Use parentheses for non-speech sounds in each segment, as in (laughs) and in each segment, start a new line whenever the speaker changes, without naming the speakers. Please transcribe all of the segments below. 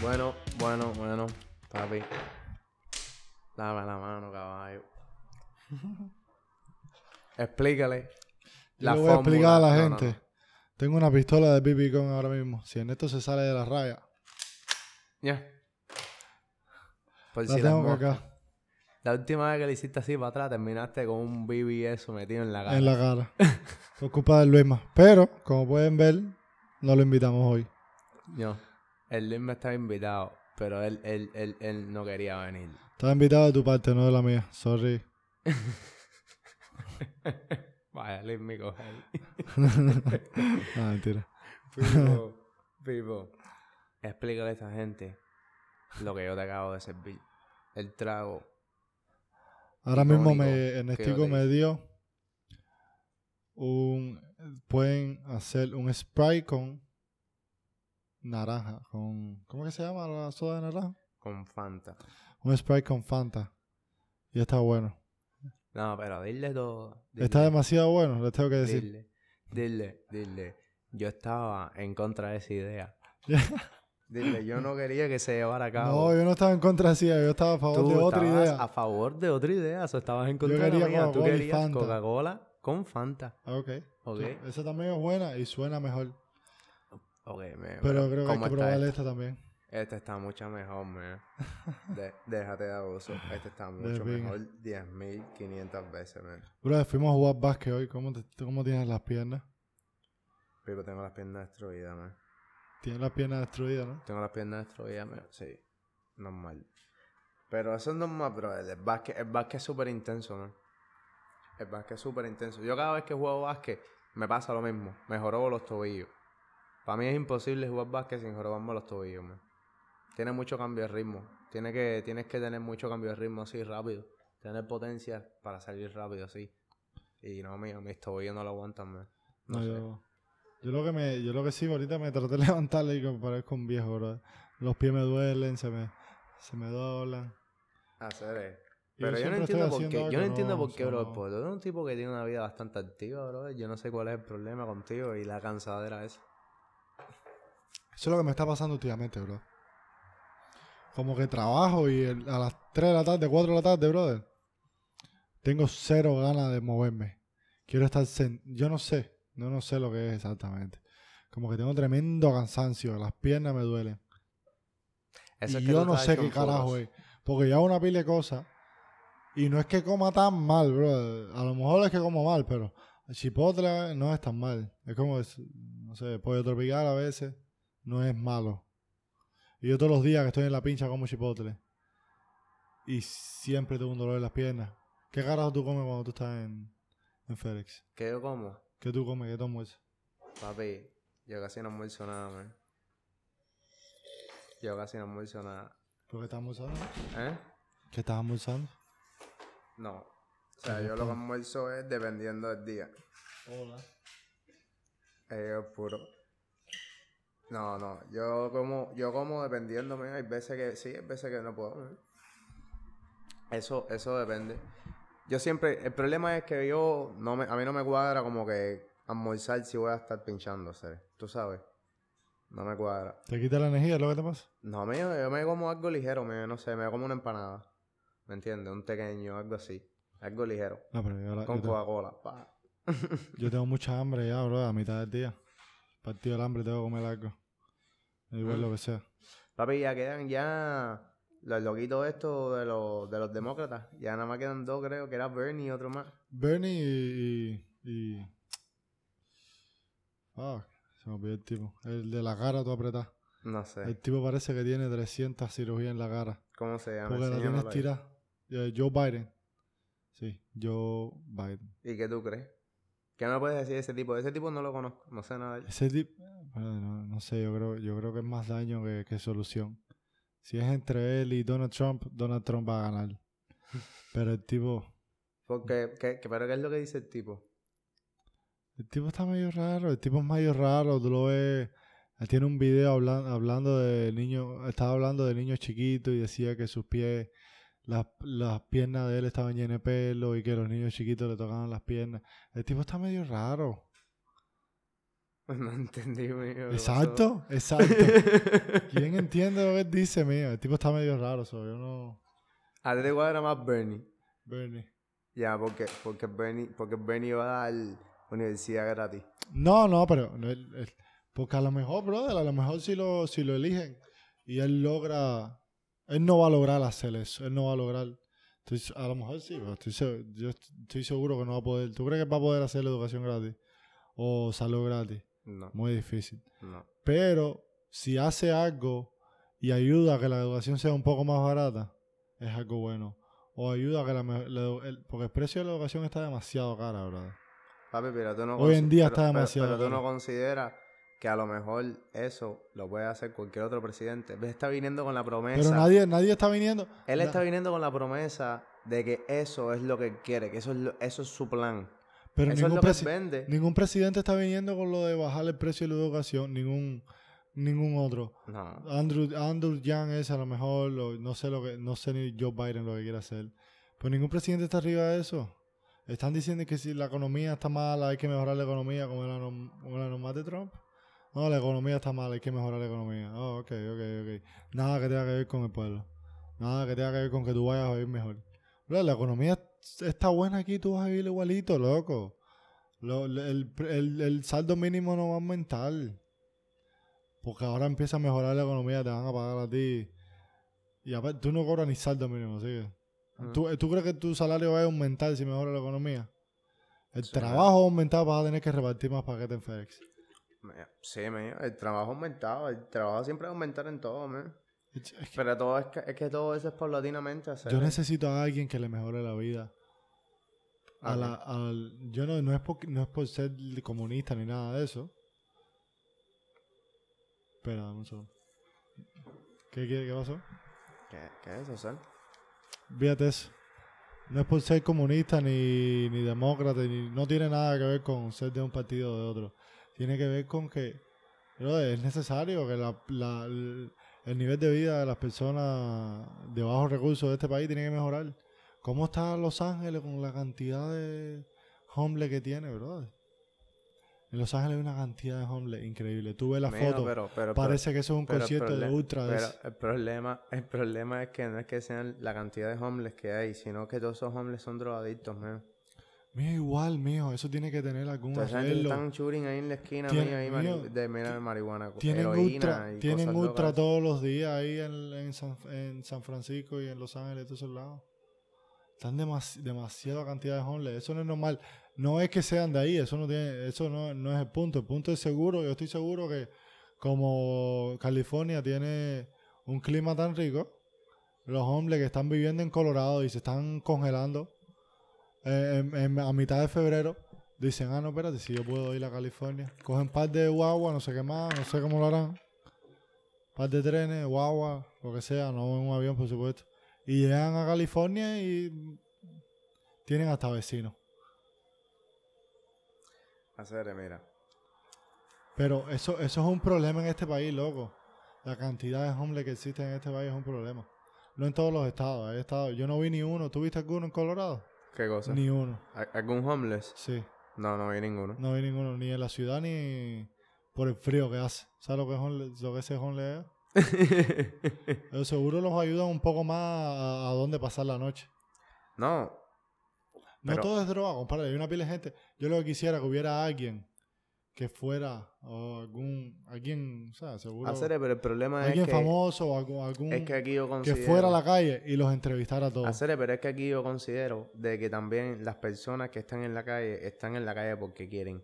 Bueno, bueno, bueno, papi. Dame la mano,
(laughs)
caballo. Explícale.
Yo le voy
fórmula.
a explicar a la
No, no,
gente.
no.
Tengo una pistola de BB Gun ahora mismo. Si Ernesto se sale de la raya,
Ya. Por
la
Pues si las
tengo que
moscas.
acá,
La última vez que le hiciste así para atrás, terminaste con un BB eso metido en la cara.
en la cara. (laughs) Por culpa de Luisma. Pero, como pueden ver, no lo invitamos hoy.
No. El Luis me estaba invitado, pero él, él, él, él no quería venir.
Estaba invitado de tu parte, no de la mía. Sorry. (laughs)
Vaya, Luis, me coge ahí.
Ah, mentira.
Pipo, (laughs) Pipo, explícale a esta gente lo que yo te acabo de servir. El trago.
Ahora mismo
Icónico,
me,
creo
Ernestico
que
me dio un... Pueden hacer un spray con naranja. Con, ¿Cómo que se llama la soda de naranja?
con Fanta.
Un spray con Fanta. Y está bueno.
No, pero dile todo. Dile,
Está demasiado bueno, les tengo que decir.
dile, dile, dile. Yo estaba en contra de esa idea. dile, yo no quería que se llevara a cabo.
No, yo no estaba en contra de ella, yo estaba a favor
Tú
de otra
estabas
idea.
a favor de otra idea. O sea, estabas en contra de
quería
la mía. Tú
Coca-Cola y
querías
Fanta.
Coca-Cola con Fanta.
Ah, ok.
Ok,
Sí, Esa también es buena y suena mejor.
ok, me-
Pero creo que hay
¿cómo
que
está
probar
esto?
esta también.
Este está mucho mejor, man. De- déjate de abuso. Este está mucho
pinga.
mejor 10.500 veces, man.
Bro, fuimos a jugar básquet hoy. ¿Cómo, te- tú cómo tienes las piernas?
Pipo, tengo las piernas destruidas, man.
Tienes las piernas destruidas, ¿no?
Tengo las piernas destruidas, man. Sí, normal. Pero eso es normal, bro. El básquet, el básquet es súper intenso, man. El básquet es súper intenso. Yo cada vez que juego básquet, me pasa lo mismo. Me jorobo los tobillos. Para mí es imposible jugar básquet sin jorobarme los tobillos, man. Tiene mucho cambio de ritmo. Tiene que, tienes que tener mucho cambio de ritmo así rápido. Tener potencia para salir rápido así. Y no, mío, mis tobillos no lo aguantan, man. No,
No,
sé.
yo, yo lo que me, yo lo que sí, ahorita me traté de (laughs) levantarle y que me parezco un viejo, bro. Los pies me duelen, se me, se me doblan.
Hacer eh, es-
Y
Pero yo, no
siempre estoy
entiendo por
haciendo
qué,
algo,
yo no entiendo
no,
por
o
qué,
sea,
bro.
no.
porque tú eres un tipo que tiene una vida bastante activa, bro. Yo no sé cuál es el problema contigo y la cansadera esa.
Eso es lo que me está pasando últimamente, bro. Como que trabajo y el- a las 3 de la tarde, 4 de la tarde, brother. Tengo cero ganas de moverme. Quiero estar... sen- yo no sé, no, no sé lo que es exactamente. Como que tengo tremendo cansancio, las piernas me duelen.
Eso
y
es que
yo
tú
no
estás
sé
hecho
qué
un focus.
carajo es. Porque yo hago una pila de cosas. Y no es que coma tan mal, bro. A lo mejor es que como mal, pero el chipotle no es tan mal. Es como, es- no sé, pollo tropical a veces no es malo. Y yo todos los días que estoy en la pincha como chipotle. Y siempre tengo un dolor en las piernas. ¿Qué carajo tú comes cuando tú estás en, en Félix?
¿Qué yo como?
¿Qué tú comes? ¿Qué tomas?
Papi, yo casi no almuerzo nada, man. Yo casi no almuerzo nada.
¿Por qué estás almorzando?
¿Eh?
¿Qué estás almorzando?
No. O sea, yo lo que almuerzo es dependiendo del día.
Hola.
Eh, yo puro. No, no. Yo como, yo como dependiendo, men. Hay veces que sí, hay veces que no puedo. men. Eso, eso depende. Yo siempre, el problema es que yo no me, a mí no me cuadra como que almorzar si voy a estar pinchando, ¿sabes? Tú sabes. No me cuadra.
¿Te quita la energía? ¿Es lo que te pasa?
No, me, yo me como algo ligero, me, no sé, me como una empanada. ¿Me entiendes? Un pequeño, algo así. Algo ligero.
No, pero yo la-
Con
yo te-
Coca-Cola. pa.
Yo tengo mucha hambre ya, bro, a mitad del día. Partido el hambre, tengo que comer algo. Da Igual lo que sea.
Papi, ya quedan ya los loquitos estos de los, de los demócratas. Ya nada más quedan dos, creo, que era Bernie y otro más.
Bernie y. y, y- Fuck, se me olvidó el tipo. El de la cara, tú apretás.
No sé.
El tipo parece que tiene 300 cirugías en la cara.
¿Cómo se llama?
Porque la
Enséñamelo
tienes
ahí.
tirada. Eh, Joe Biden. Sí, Joe Biden.
¿Y qué tú crees? ¿Qué me puedes decir de ese tipo? Ese tipo no lo conozco, no sé nada de él.
Ese tipo. No, no sé, yo creo, yo creo que es más daño que, que solución. Si es entre él y Donald Trump, Donald Trump va a ganar. Pero el tipo.
Porque, ¿qué, qué- ¿Pero qué es lo que dice el tipo? (laughs)
El tipo está medio raro, el tipo es medio raro, tú lo ves. Él tiene un video hablan- hablando de niño, estaba hablando de niños chiquitos y decía que sus pies, las, las piernas de él estaban llenas de pelo y que los niños chiquitos le tocaban las piernas. El tipo está medio raro.
No entendí, mío. (laughs)
Exacto, exacto. (laughs) ¿Quién entiende lo que él dice, mío? El tipo está medio raro, so, yo no...
Atlético Cuadra era más Bernie.
Bernie.
Ya, porque, porque Bernie, porque Bernie va a dar universidad gratis.
No, no, pero... no, él- él- porque a lo mejor, brother, a lo mejor si lo, si lo eligen y él logra... Él no va a lograr hacer eso, él no va a lograr... Estoy se- a lo mejor sí, pero estoy, se- yo est- estoy seguro que no va a poder. ¿Tú crees que va a poder hacer la educación gratis? ¿O salud gratis?
No,
Muy difícil.
no.
Pero si hace algo y ayuda a que la educación sea un poco más barata, es algo bueno. O ayuda a que la... me- la edu- el- porque el precio de la educación está demasiado cara, brother.
Papi, pero tú no
Hoy en
consi-
día
pero-
está
pero-
demasiado
Pero, tú
caro.
no consideras que a lo mejor eso lo puede hacer cualquier otro presidente. Él está viniendo con la promesa.
Pero nadie, nadie está viniendo.
él
Na-
está viniendo con la promesa de que eso es lo que él quiere, que eso es, lo- eso es su plan.
Pero
eso es
ningún,
lo que él
presi-
vende.
ningún presidente está viniendo con lo de bajar el precio de la educación. Ningún, ningún otro.
No.
Andrew, Andrew Yang es a lo mejor, lo- no sé lo que, no sé ni Joe Biden lo que quiere hacer. Pero ningún presidente está arriba de eso. Están diciendo que si la economía está mala, hay que mejorar la economía como la, norm- como la normal de Trump. No, la economía está mala, hay que mejorar la economía. Oh, ok, ok, ok. Nada que tenga que ver con el pueblo. Nada que tenga que ver con que tú vayas a vivir mejor. Bro, la economía está buena aquí, tú vas a vivir igualito, loco. Lo- lo- el, el- el saldo mínimo no va a aumentar. Porque ahora empieza a mejorar la economía, te van a pagar a ti. Y aparte, tú no cobras ni saldo mínimo, ¿sí?
Ujú.
¿Tú, tú crees que tu salario va a aumentar si mejora la economía? El
Sí.
trabajo va a aumentar, vas a tener que repartir más paquetes en FedEx.
Me- Sí, me- el trabajo ha aumentado, el trabajo siempre va a aumentar en todo, man.
Es- es que
Pero todo es que, es que todo eso es paulatinamente hacer.
yo necesito a alguien que le mejore la vida. A
Ah, Ok.
la- al- yo no, no, es por, no es por ser comunista ni nada de eso. Espera, dame un segundo. ¿Qué, qué, qué pasó?
¿Qué, qué es eso, Sal?
Fíjate eso. No es por ser comunista ni, ni demócrata, ni, no tiene nada que ver con ser de un partido o de otro. Tiene que ver con que brother, es necesario que la- la- el nivel de vida de las personas de bajos recursos de este país tiene que mejorar. ¿Cómo está Los Ángeles con la cantidad de homeless que tiene, brother? En Los Ángeles hay una cantidad de homeless increíble. Tú ves la
Mijo,
foto,
pero- pero-
parece que eso es un
pero el
concierto de
proble-
ultra. de
pero
ese.
el problema, el problema es que no es que sean la cantidad de homeless que hay, sino que todos esos homeless son drogadictos, man.
Mijo, igual, mijo, eso tiene que tener algún
Toda esa gente que
arreglo.
están shooting ahí en la esquina,
Tiene-
mío, ahí mari-
mío,
de mira de marihuana, co-
Tienen
heroína
ultra,
y
tienen
cosas
ultra
locas.
todos los días ahí en, en San, en San Francisco y en Los Ángeles, todos esos lados. Están demasi- demasiada cantidad de homeless. Eso no es normal. No es que sean de ahí, eso no tiene, eso no, no es el punto. El punto es seguro, yo estoy seguro que como California tiene un clima tan rico, los hombres que están viviendo en Colorado y se están congelando eh, en- en- a mitad de febrero, dicen, ah, no, espérate, si yo puedo ir a California. Cogen par de guagua, no sé qué más, no sé cómo lo harán. Par de trenes, guagua, lo que sea, no en un avión, por supuesto. Y llegan a California y tienen hasta vecinos.
Hacer, mira.
Pero eso, eso es un problema en este país, loco. La cantidad de homeless que existen en este país es un problema. No en todos los estados, hay estados. Yo no vi ni uno. ¿Tú viste alguno en Colorado?
¿Qué cosa?
Ni uno.
¿Al- ¿Algún homeless?
Sí.
No, no vi ninguno.
No vi ninguno, ni en la ciudad ni por el frío que hace. ¿Sabes lo que es homeless- lo que ese homeless es? Pero seguro los ayuda un poco más a, a dónde pasar la noche.
(laughs) no,
No
Pero-
todo es droga, compadre. Hay una pila de gente. Yo lo que quisiera que hubiera alguien que fuera o algún alguien, ¿sabes? Seguro.
hacer, pero el problema es
alguien
que,
famoso o algún, algún
es que aquí yo
que
considero...
fuera a la calle y los entrevistara a todos.
Hacer, pero es que aquí yo considero de que también las personas que están en la calle están en la calle porque quieren.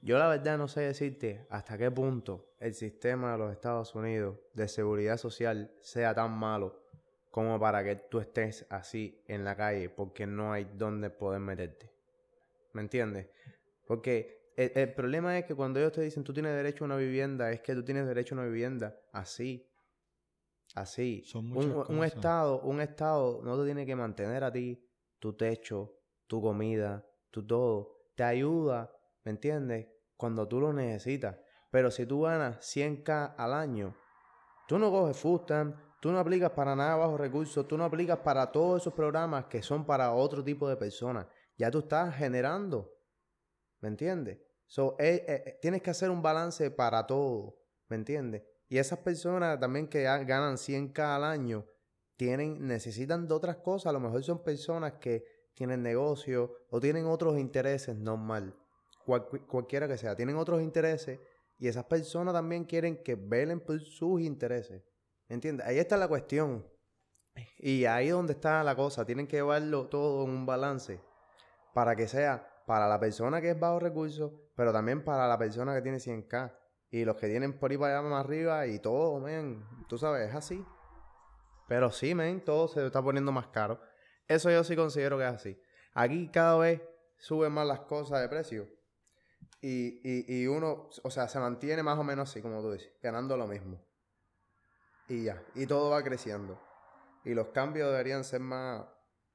Yo la verdad no sé decirte hasta qué punto el sistema de los Estados Unidos de seguridad social sea tan malo como para que tú estés así en la calle porque no hay dónde poder meterte. ¿Me entiendes? Porque el, el problema es que cuando ellos te dicen tú tienes derecho a una vivienda, es que tú tienes derecho a una vivienda así. Así.
Son
Un-
muchas
un,
cosas.
estado, un estado no te tiene que mantener a ti, tu techo, tu comida, tu todo. Te ayuda, ¿me entiendes? Cuando tú lo necesitas. Pero si tú ganas 100k al año, tú no coges food stamp, tú no aplicas para nada bajo recursos, tú no aplicas para todos esos programas que son para otro tipo de personas. Ya tú estás generando, ¿me entiendes? So, eh, eh, eh, tienes que hacer un balance para todo, ¿me entiendes? Y esas personas también que ha- ganan 100k al año, tienen, necesitan de otras cosas. A lo mejor son personas que tienen negocio o tienen otros intereses, normal. Cual- cualquiera que sea, tienen otros intereses y esas personas también quieren que velen por sus intereses. ¿Me entiendes? Ahí está la cuestión. Y ahí donde está la cosa. Tienen que llevarlo todo en un balance para que sea para la persona que es bajo recursos, pero también para la persona que tiene 100k. Y los que tienen por ahí para allá más arriba y todo, men. Tú sabes, es así. Pero sí, men, todo se está poniendo más caro. Eso yo sí considero que es así. Aquí cada vez suben más las cosas de precio. Y, y, y uno, o sea, se mantiene más o menos así, como tú dices, ganando lo mismo. Y ya, y todo va creciendo. Y los cambios deberían ser más,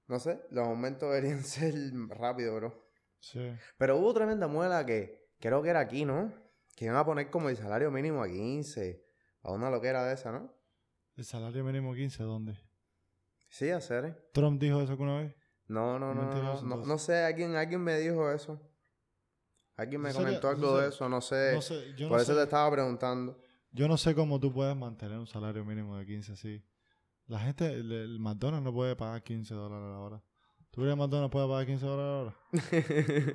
no sé, los aumentos deberían (laughs) ser rápido, bro.
Sí.
Pero hubo tremenda muela que creo que era aquí, ¿no? Que iban a poner como el salario mínimo a 15, a una loquera de esa, ¿no?
El salario mínimo 15, ¿dónde?
Sí, hacer, ¿eh?
¿Trump dijo eso alguna vez?
No, no, no, no,
Mentiroso,
no,
entonces.
no sé, alguien, alguien me dijo eso. Alguien me
¿En serio?
comentó
¿En
algo
serio?
de eso, no sé.
No sé, yo
Eh, Por
no
eso te
sé,
estaba
(laughs)
preguntando.
yo no sé cómo tú puedes mantener un salario mínimo de 15 así. La gente, el, el McDonald's no puede pagar 15 dólares la hora. ¿Tú crees que McDonald's puede pagar 15 dólares la hora?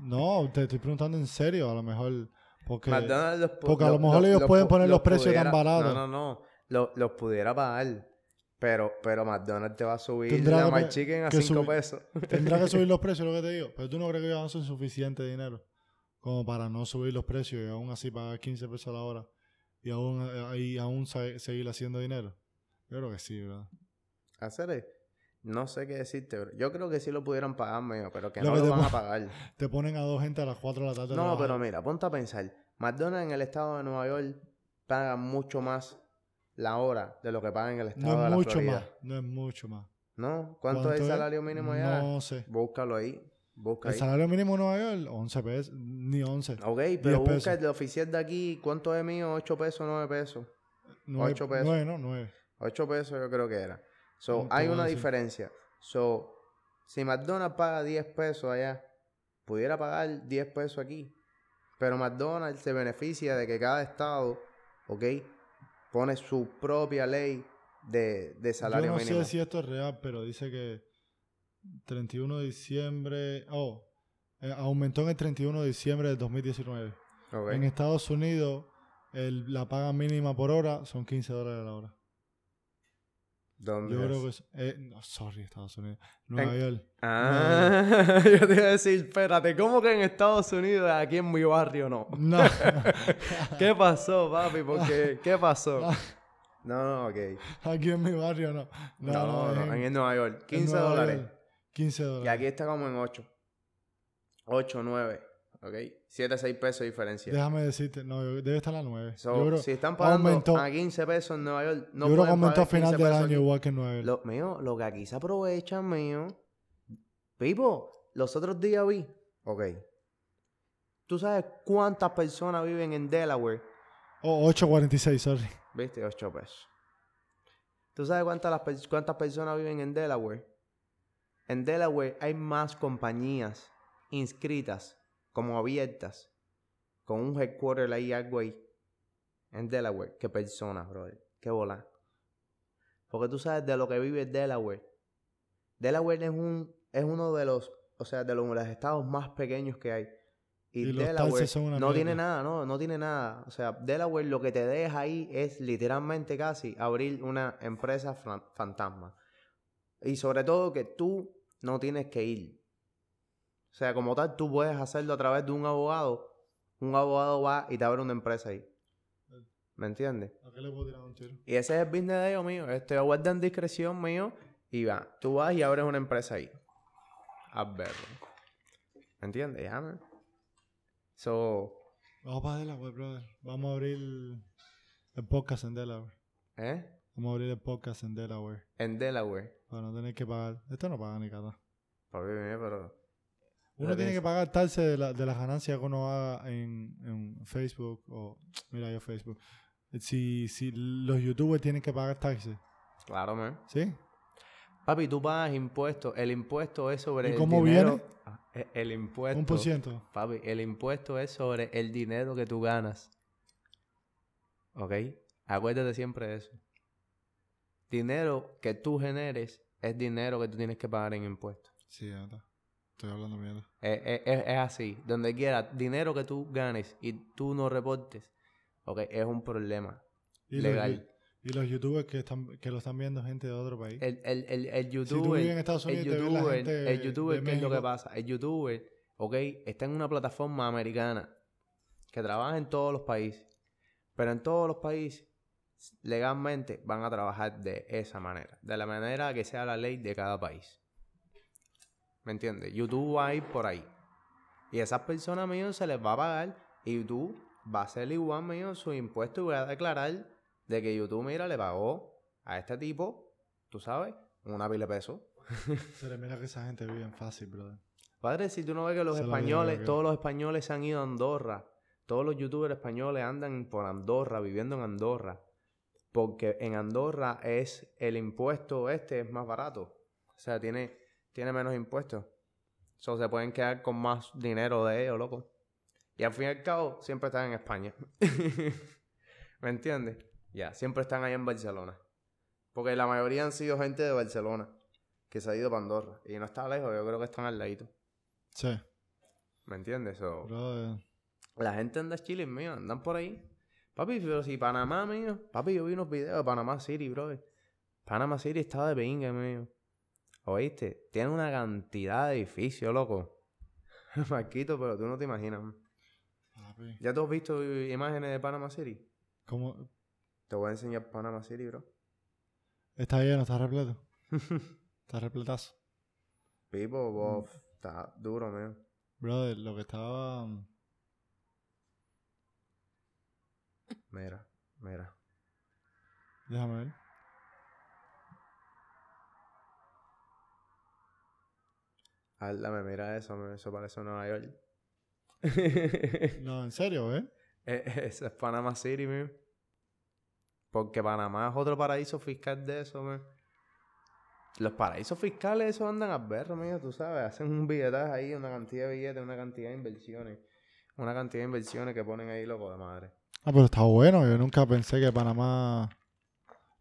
No, te estoy preguntando en serio, a lo mejor. Porque
McDonald's los pu-
porque a lo mejor ellos pueden
pu-
poner los precios tan
pudiera-
baratos.
No, no, no. Lo- los pudiera pagar. Pero, pero McDonald's te va a subir
Tendrá
la
que-
McChicken a
que
5
subir.
pesos.
tendrá
(laughs)
que subir los precios, lo que te digo. Pero tú no crees que ellos hacen suficiente dinero como para no subir los precios y aún así pagar 15 pesos a la hora y aún, eh, y aún sa- seguir haciendo dinero. Yo creo que sí, ¿verdad?
Hacer No sé qué decirte, bro. Yo creo que sí lo pudieran pagar, medio, pero que
Lo
no
que
lo
te
van a
pon-
pagar.
Te ponen a dos gente a las 4 de la tarde.
No,
trabajando.
pero mira, ponte a pensar. McDonald's en el estado de Nueva York paga mucho más la hora de lo que pagan en el estado
No
de
es
la
mucho
Florida.
más, no es mucho más.
¿No? ¿Cuánto, es el salario mínimo allá?
No sé.
Búscalo ahí. Busca
El
ahí.
salario mínimo en Nueva York, 11 pesos, ni 11.
Ok, pero
10
busca
pesos.
el oficial de aquí. ¿Cuánto es mío? ¿8 pesos? ¿9 pesos?
9,
ocho pesos.
9, no, 9.
8 pesos yo creo que era. So, hay
Mm, te voy a
una
decir.
diferencia. So, si McDonald's paga 10 pesos allá, pudiera pagar 10 pesos aquí. Pero McDonald's se beneficia de que cada estado, ok, pone su propia ley de, de salario
Yo no
mínimo.
sé si esto es real, pero dice que 31 de diciembre, oh, eh, aumentó en el 31 de diciembre del 2019.
Ok.
En Estados Unidos, el- la paga mínima por hora son 15 dólares a la hora.
¿Dónde
Yo
es?
creo que es, eh, no, sorry, Estados Unidos. Nueva
En- (laughs)
York.
Ah, (laughs) yo te iba a decir, espérate, ¿cómo que en Estados Unidos, aquí en mi barrio,
(laughs)
no?
No.
¿Qué pasó, papi? Porque, ¿qué
(laughs)
pasó? No, no, ok.
Aquí en mi barrio no.
No, no, no, en, Nueva York, 15
Nueva
dólares.
York, 15
Y
dólares.
aquí está como en 8. 8, 9, ok. 7, 6 pesos de diferencia.
Déjame decirte, no, yo- debe estar la 9.
So,
yo creo,
si están pagando
aumentó.
a 15 pesos en Nueva York, no
yo creo que
pueden
aumentó a
pagar 15
final del
pesos
año
aquí.
igual que en Nueva York.
Lo, mío, lo que aquí se aprovechan, mío. Pipo, los otros días vi. Ok. ¿Tú sabes cuántas personas viven en Delaware?
Oh, 8.46, sorry.
Viste, 8 pesos. ¿Tú sabes cuántas, las pers- cuántas personas viven en Delaware? En Delaware hay más compañías inscritas, como abiertas, con un headquarter ahí, algo ahí. En Delaware, qué personas, brother. Qué bola. Porque tú sabes de lo que vive Delaware. Delaware es, un, es uno de los, o sea, de los, los estados más pequeños que hay. Y,
Y los
Delaware
taxes son una
no tiene
mierda.
nada, no, no tiene nada. O sea, Delaware lo que te deja ahí es literalmente casi abrir una empresa fran- fantasma. Y sobre todo que tú no tienes que ir. O sea, como tal, tú puedes hacerlo a través de un abogado. Un abogado va y te abre una empresa ahí. ¿Me entiendes?
¿A qué le puedo tirar un tiro?
Y ese es el business de ellos mío. Este guardan discreción mío y va. Tú vas y abres una empresa ahí. A verlo. ¿Me entiendes? Ya, man. So,
Vamos para Delaware, brother. Vamos a abrir el podcast en Delaware.
¿eh?
Vamos a abrir el podcast en Delaware.
En Delaware.
Para no tener que pagar. Esto no paga ni cata.
Papi, mira, pero.
Uno
Pero
tiene
es-
que pagar taxes de, la- de las ganancias que uno haga en, en Facebook o. Mira, yo Facebook. Si, si los youtubers tienen que pagar taxes.
Claro, man.
¿Sí?
Papi, tú pagas impuestos. El impuesto es sobre
¿Y
el
cómo
dinero.
viene?
Ah, e- El impuesto.
Un por ciento.
Papi, el impuesto es sobre el dinero que tú ganas. ¿Ok? Acuérdate siempre de eso. Dinero que tú generes es dinero que tú tienes que pagar en impuestos.
Sí, ya está. Estoy hablando mierda.
Es, es- es- es así. Donde quiera, dinero que tú ganes y tú no reportes, ¿ok? Es un problema.
Y Los,
Legal.
yu- y los youtubers que, están, que lo están viendo gente de otro país.
El, el, el, el
Si tú
youtuber,
vives en Estados
el
Unidos y te ve la
youtuber,
gente
el youtuber,
de
¿qué es lo que
México.
pasa? El youtuber, ok, está en una plataforma americana que trabaja en todos los países. Pero en todos los países, legalmente, van a trabajar de esa manera. De la manera que sea la ley de cada país. ¿Me entiendes? YouTube va a ir por ahí. Y a esas personas, mío, se les va a pagar. Y YouTube va a hacer igual, mío, su impuesto y va a declarar de que YouTube, mira, le pagó a este tipo, tú sabes, una pila de pesos.
Pero mira que esa gente vive en fácil, brother.
Padre, si tú no ves que los
Esa es la vida
españoles,
que-
todos los españoles se han ido a Andorra, todos los youtubers españoles andan por Andorra, viviendo en Andorra, porque en Andorra es el impuesto este es más barato, o sea, tiene, tiene menos impuestos, so, se pueden quedar con más dinero de ellos, loco. Y al fin y al cabo, siempre están en España. (laughs) ¿Me entiendes? Ya, siempre están ahí en Barcelona. Porque la mayoría han sido gente de Barcelona que se ha ido para Andorra. Y no está lejos, yo creo que están al ladito.
Sí,
¿Me entiendes? So,
brother.
la gente anda chile, mío, andan por ahí. Papi, pero si Panamá, mío. Papi, yo vi unos videos de Panamá City, brother. Panamá City estaba de pinga, mío. ¿Oíste? Tiene una cantidad de edificios, loco. (laughs) Marquito, pero tú no te imaginas. man.
Papi.
¿Ya tú has visto i- imágenes de Panamá City?
¿Cómo?
Te voy a enseñar Panamá City, bro.
Está lleno,
(laughs)
está repleto. está repletazo.
Pipo, bof, está duro, mío.
Brother, lo que estaba. mm,
Mira, mira.
Déjame ver.
Háblame, mira eso, mío. Eso parece Nueva York. (laughs)
No, en serio, ¿eh?
Eh, (laughs) eh, Ese es Panama City, man. Porque Panamá es otro paraíso fiscal de eso, man. Los paraísos fiscales esos andan al berro, mío, tú sabes. Hacen un billetaje ahí, una cantidad de billetes, una cantidad de inversiones. Una cantidad de inversiones que ponen ahí, loco de madre.
Ah, pero está bueno. Yo nunca pensé que Panamá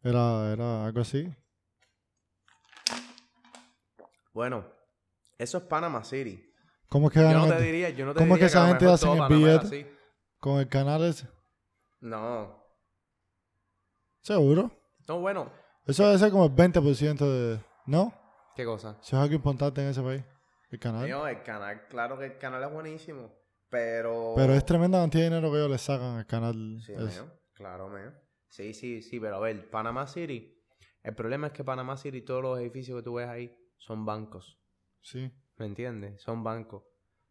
era, era algo así.
Bueno, eso es Panama City.
¿Cómo es que
Yo
ganan
no te
el-
diría, yo no te
¿Cómo
diría
es que esa
a lo
gente
mejor
hacen
todo
el
Panamá era
billete?
así.
con el canal ese?
No.
Seguro.
No, bueno.
Eso debe ser como el 20% de. ¿No?
¿Qué cosa?
Eso es algo importante en ese país. El canal.
Coño, el canal, claro que el canal es buenísimo. Pero.
Pero es tremenda cantidad de dinero que ellos le sacan al canal.
Sí,
ese.
meo, claro, meo. Sí, sí, sí, pero a ver, Panamá City. El problema es que Panamá City, todos los edificios que tú ves ahí son bancos.
Sí.
¿Me entiendes? Son bancos.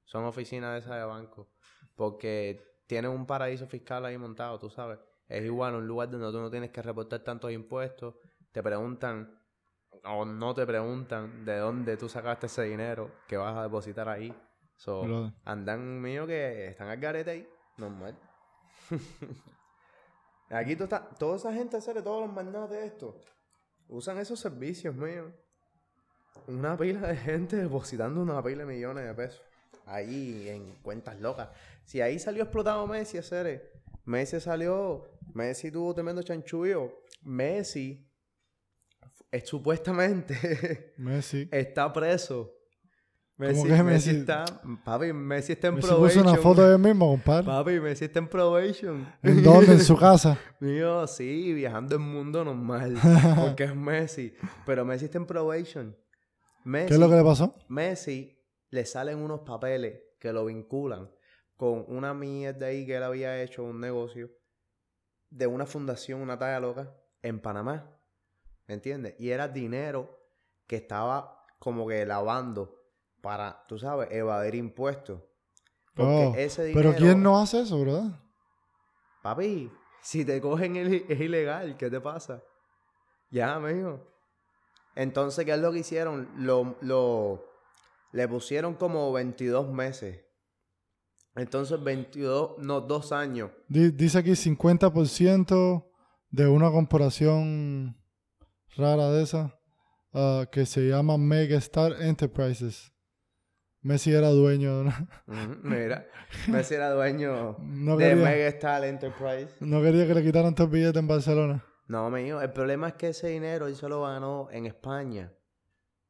Son oficinas esas de banco. Porque tienen un paraíso fiscal ahí montado, tú sabes. Es igual un lugar donde tú no tienes que reportar tantos impuestos. Te preguntan o no te preguntan de dónde tú sacaste ese dinero que vas a depositar ahí. So,
Brother.
andan mío que están al garete ahí, normal. (laughs) Aquí tú estás- toda esa gente hace de todos los magnates de esto. Usan esos servicios míos. Una pila de gente depositando una pila de millones de pesos. Ahí en cuentas locas. Si ahí salió explotado Messi, Cere. Messi salió. Messi tuvo tremendo chanchullo. Messi fu- eh, supuestamente (laughs)
Messi.
está preso.
¿Cómo
Messi,
que
Messi
Messi?
está. Papi, Messi está en
Messi puso
probation.
una foto de él mismo, compadre.
Papi, Messi está en probation.
¿En dónde? En su
(laughs)
casa.
Mío, sí, viajando el mundo
(laughs)
normal. Porque es Messi. Pero Messi está en probation. Messi,
¿Qué es lo que le pasó?
Messi le salen unos papeles que lo vinculan con una mierda ahí que él había hecho, un negocio de una fundación, una talla loca, en Panamá. ¿Me entiendes? Y era dinero que estaba como que lavando para, tú sabes, evadir impuestos. Porque
Oh,
ese dinero.
Pero ¿quién no hace eso, verdad?
Papi, si te cogen es es ilegal, ¿qué te pasa? Ya, amigo. Entonces, ¿qué es lo que hicieron? Lo, lo, le pusieron como 22 meses. Entonces, 22, no, dos años.
Di- Dice aquí 50% de una corporación rara de esa ah, que se llama Megastar Enterprises. Messi era dueño de una-
Ujú, Mira, Messi era dueño
(laughs) No
de
quería.
Megastar Enterprise.
No quería que le quitaran todo el billete en Barcelona.
No, mío, el problema es que ese dinero él se lo ganó en España.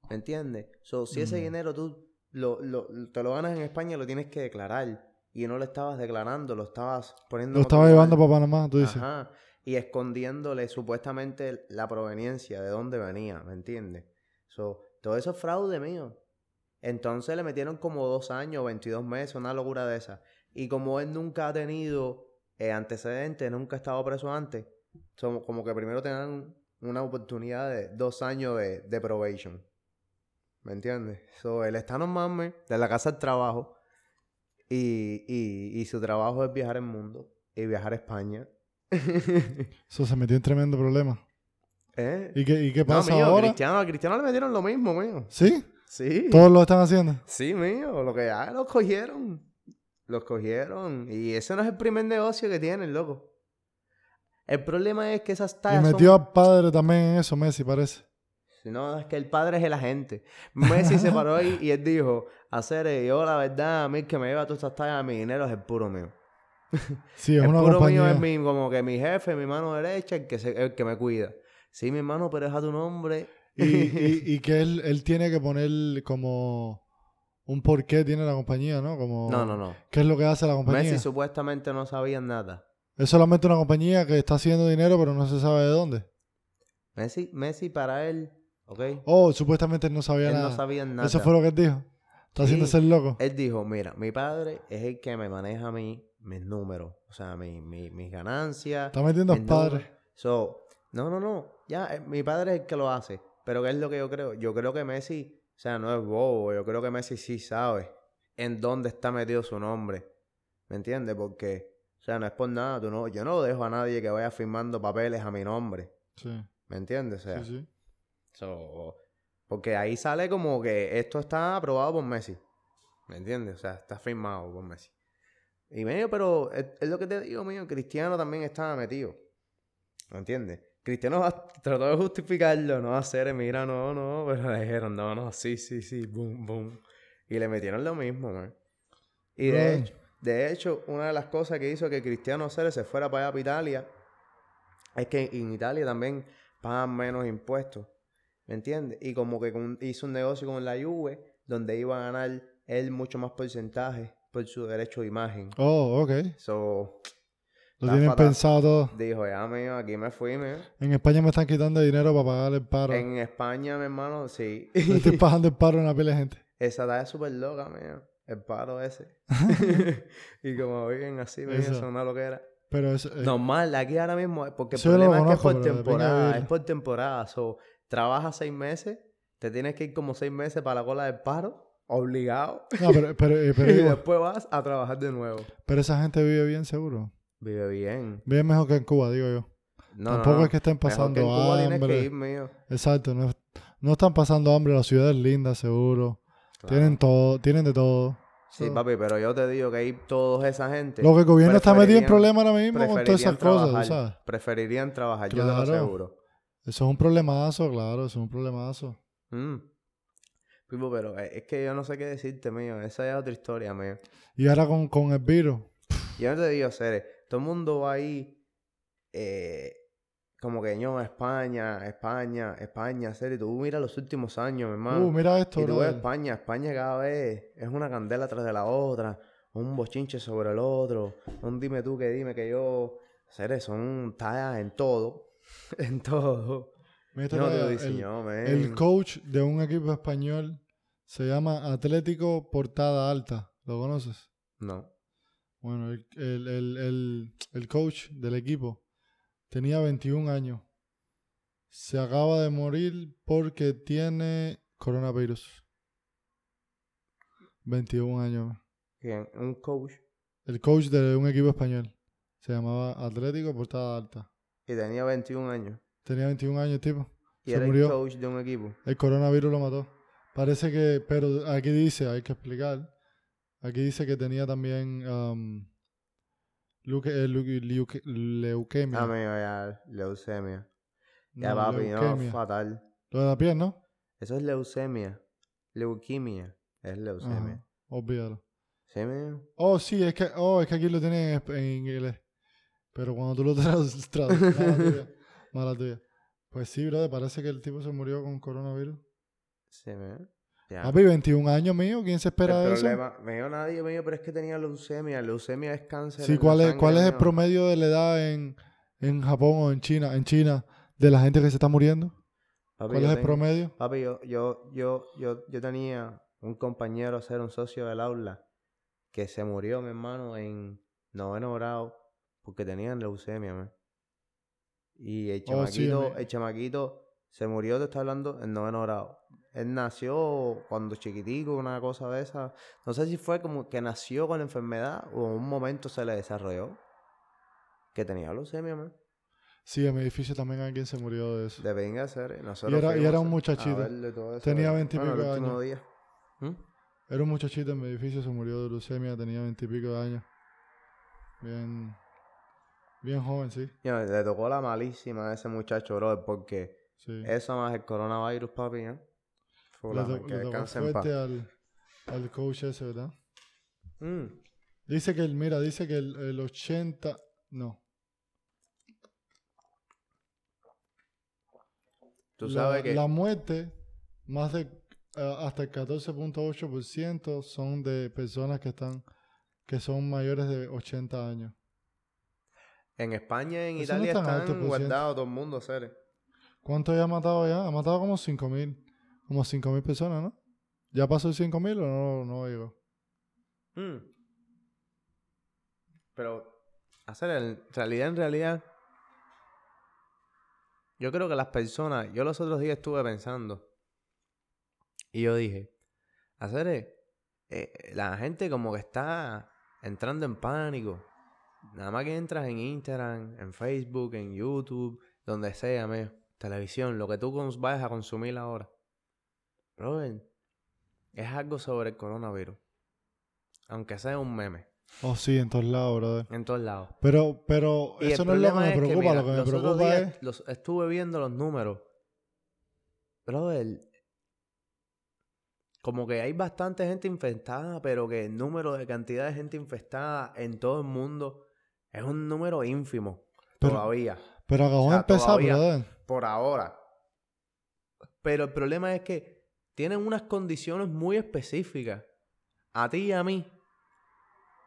¿Me entiendes? So, si ese
Mm.
dinero tú lo, lo- te lo ganas en España, lo tienes que declarar. Y no lo estabas declarando, lo estabas poniendo.
Lo
en otro
estaba
lugar.
llevando para Panamá, tú dices.
Ajá. Y escondiéndole supuestamente la proveniencia de dónde venía, ¿me entiendes? So, todo eso es fraude mío. Entonces le metieron como dos años, 22 meses, una locura de esa. Y como él nunca ha tenido eh, antecedentes, nunca ha estado preso antes, son como que primero te dan una oportunidad de dos años de, de probation. ¿Me entiendes? So, él está normal de la casa al trabajo. Y, y, y su trabajo es viajar el mundo y viajar a España.
Eso se metió en tremendo problema.
¿Eh?
¿Y qué, y qué
No,
pasa
mío,
ahora?
Cristiano, a Cristiano le metieron lo mismo, mío.
¿Sí?
Sí.
¿Todos lo están haciendo?
Sí, mío. Lo que ya los cogieron. Los cogieron. Y ese no es el primer negocio que tienen, loco. El problema es que esas
Y
tallas
metió
son...
al padre también en eso, Messi, parece.
No, es que el padre es el agente. Messi se paró ahí y él dijo, hacer eh, yo la verdad, a mí el que me lleva todas estas tallas, mi dinero es el puro mío.
Sí, es
el
una
puro mío
compañía.
es mi, como que mi jefe, mi mano derecha, el que, se- el que me cuida. Sí, mi hermano, pero es a tu nombre. (laughs)
Y, y- y que él, él tiene que poner como un por qué tiene la compañía, ¿no? Como,
No, no, no.
¿Qué es lo que hace la compañía?
Messi supuestamente no sabía nada.
Es solamente una compañía que está haciendo dinero, pero no se sabe de dónde.
Messi, Messi para él, ¿ok?
Oh, supuestamente él no sabía
él
nada.
no sabía nada.
Eso fue lo que él dijo. Está haciendo
Sí. Eh,
ser loco.
Él dijo, mira, mi padre es el que me maneja a mí, mis números, o sea, mi, mi- mis ganancias.
Está metiendo al
mis
padre.
números. So, no, no, no, ya, eh, mi padre es el que lo hace. Pero ¿qué es lo que yo creo? Yo creo que Messi, o sea, no es bobo, yo creo que Messi sí sabe en dónde está metido su nombre. ¿Me entiendes? Porque, o sea, no es por nada, tú no, yo no dejo a nadie que vaya firmando papeles a mi nombre.
Sí,
¿Me entiendes? O sea,
sí, sí.
So, porque ahí sale como que esto está aprobado por Messi. ¿Me entiendes? O sea, está firmado por Messi. Y medio, pero es, es lo que te digo, mío, Cristiano también estaba metido. ¿Me entiendes? Cristiano va- trató de justificarlo, no hacer, mira, no, no, pero le dijeron, no, no, sí, sí, sí, boom, boom. Y le metieron lo mismo, man. Y de
Brother.
hecho, de hecho, una de las cosas que hizo que Cristiano Ceres se fuera para allá, para Italia, es que en Italia también pagan menos impuestos. ¿Me entiendes? Y como que con- hizo un negocio con la Juve, donde iba a ganar él mucho más porcentaje por su derecho de imagen.
Oh, ok.
So,
Lo
Está
tienen
fatal.
pensado todo.
dijo, ya, mío, aquí me fui, mío.
En España me están quitando dinero para pagar el paro.
En España, mi hermano, sí. (laughs)
Me estoy pagando el paro en la pila de gente.
Esa talla es súper loca, mío. El paro
(laughs)
ese. (laughs) y como viven así, me
Eso.
eso es una loquera.
Pero es, eh,
Normal, aquí ahora mismo, eh, porque el
Sí, yo lo
problema es que es
conozco,
por
pero depende de
temporada,
vivirlo.
es por temporada. So, trabajas seis meses, te tienes que ir como seis meses para la cola del paro, obligado,
no, pero, pero, eh,
(laughs)
pero
y
igual,
después vas a trabajar de nuevo.
pero esa gente vive bien seguro.
Vive bien.
Vive mejor que en Cuba, digo yo.
No,
Tampoco
no, no.
es que estén
Mejor
pasando
que en Cuba tienes
hambre.
que ir, mío.
Exacto, no, no están pasando hambre. La ciudad es linda, seguro.
Claro.
Tienen todo, tienen de todo.
Sí,
So,
papi, pero yo te digo que ir toda esa gente.
Lo que el gobierno está metido en
preferirían-
problemas ahora mismo con todas
preferirían
esas cosas,
trabajar,
tú ¿sabes?
Preferirían trabajar, yo te lo
Claro.
aseguro.
Eso es un problemazo, claro, eso es un problemazo.
Mm. Pipo, pero eh, es que yo no sé qué decirte, mío. Esa es otra historia, mío.
Y ahora con, con el virus.
Yo no te digo, Ceres, todo el mundo va ahí eh, como que no, España, España, España, Ceres. Tú mira los últimos años, mi hermano.
Uh, mira esto,
y tú ves
brother.
España, España cada vez es una candela tras de la otra, un bochinche sobre el otro, un dime tú que dime que yo, Ceres, son tallas en todo, (laughs) en todo.
Mira esto
Yo no te
acá,
lo
el-
diseñó, man.
El coach de un equipo español se llama Atlético Portada Alta. ¿Lo conoces?
No.
Bueno, el, el- el- el- el coach del equipo tenía 21 años. Se acaba de morir porque tiene coronavirus. 21 años.
¿Quién? Un coach.
El coach de un equipo español. Se llamaba Atlético Portada Alta.
Y tenía 21 años.
Tenía 21 años, tipo.
Y
Se
era
murió.
el coach de un equipo.
El coronavirus lo mató. Parece que, pero aquí dice, hay que explicar. Aquí dice que tenía también um, leuque- eh, leuque- leuque- leucemia.
Ah, mío, ya, leucemia.
No,
Ya, papi, no,
leucemia.
fatal.
Lo de la piel, ¿no?
Eso es leucemia. Leuquimia. Es leucemia.
Ajá, Olvídalo.
¿Sí, mío?
Oh, sí, es que, oh, es que aquí lo tienen en, en inglés. Pero cuando tú lo (laughs) traduces, traduces, mala tuya. Mala tuya. Pues sí, brother, parece que el tipo se murió con coronavirus.
Sí, mío. Ya.
Papi, 21 años mío, ¿quién se
El
espera de eso?
problema, me dijo nadie, me dijo, pero es que tenía leucemia. Leucemia es cáncer.
Sí,
en la
¿cuál es,
sangre,
¿cuál es el
mío.
promedio de la edad en, en Japón o en China, en China de la gente que se está muriendo?
Papi,
¿Cuál
yo
es el
tengo-
promedio?
Papi, yo, yo, yo, yo, yo tenía un compañero, ser un socio del aula, que se murió, mi hermano, en noveno grado, porque tenían leucemia, man. Y el
Oh, sí,
chamaquito,
me-
el chamaquito se murió, te está hablando, en noveno grado. Él nació cuando chiquitico, una cosa de esa. No sé si fue como que nació con la enfermedad o en un momento se le desarrolló. Que tenía leucemia, man.
Sí, en mi edificio también alguien se murió de eso.
De venga ser.
Y era- y era un muchachito. Tenía 20 y pico de años.
Día. ¿Mm?
Era un muchachito en mi edificio, se murió de leucemia, tenía veintipico de años. Bien, bien joven, sí.
Ya, le tocó la malísima a ese muchacho, bro, porque
sí.
eso más el coronavirus, papi, ¿eh? Fue
Le
Eh, la-
to-
que
le tocó
descanse en paz.
fuerte al, al coach ese, ¿verdad?
Mm,
Dice que, el, mira, dice que el, el 80... No.
Tú
La-
sabes que...
La muerte, más de eh, hasta el 14.8% son de personas que están que son mayores de 80 años.
En España y en
Eso no
Italia
es tan
están
alto, por cierto.
guardados todo el mundo, seres.
¿Cuánto ya ha matado ya? Ha matado como 5.000. Como 5.000 personas, ¿no? ¿Ya pasó el 5.000 o no, no llegó?
Mm. Pero, hacer en realidad, en realidad, yo creo que las personas, yo los otros días estuve pensando y yo dije, hacer eh, la gente como que está entrando en pánico. Nada más que entras en Instagram, en Facebook, en YouTube, donde sea, me, televisión, lo que tú cons- vayas a consumir ahora. Brother, es algo sobre el coronavirus. Aunque sea un meme.
Oh, sí, en todos lados, brother.
En todos lados.
Pero, pero
Y
eso
el
no es lo que
problema
me
es
preocupa.
mira,
lo que me
los otros
preocupa
días
es...
los- estuve viendo los números. Brother. Como que hay bastante gente infectada, pero que el número de cantidad de gente infectada en todo el mundo es un número ínfimo.
Pero-
todavía.
Pero acabó
o
de
sea,
empezar,
todavía-
brother.
Por ahora. Pero el problema es que tienen unas condiciones muy específicas. A ti y a mí.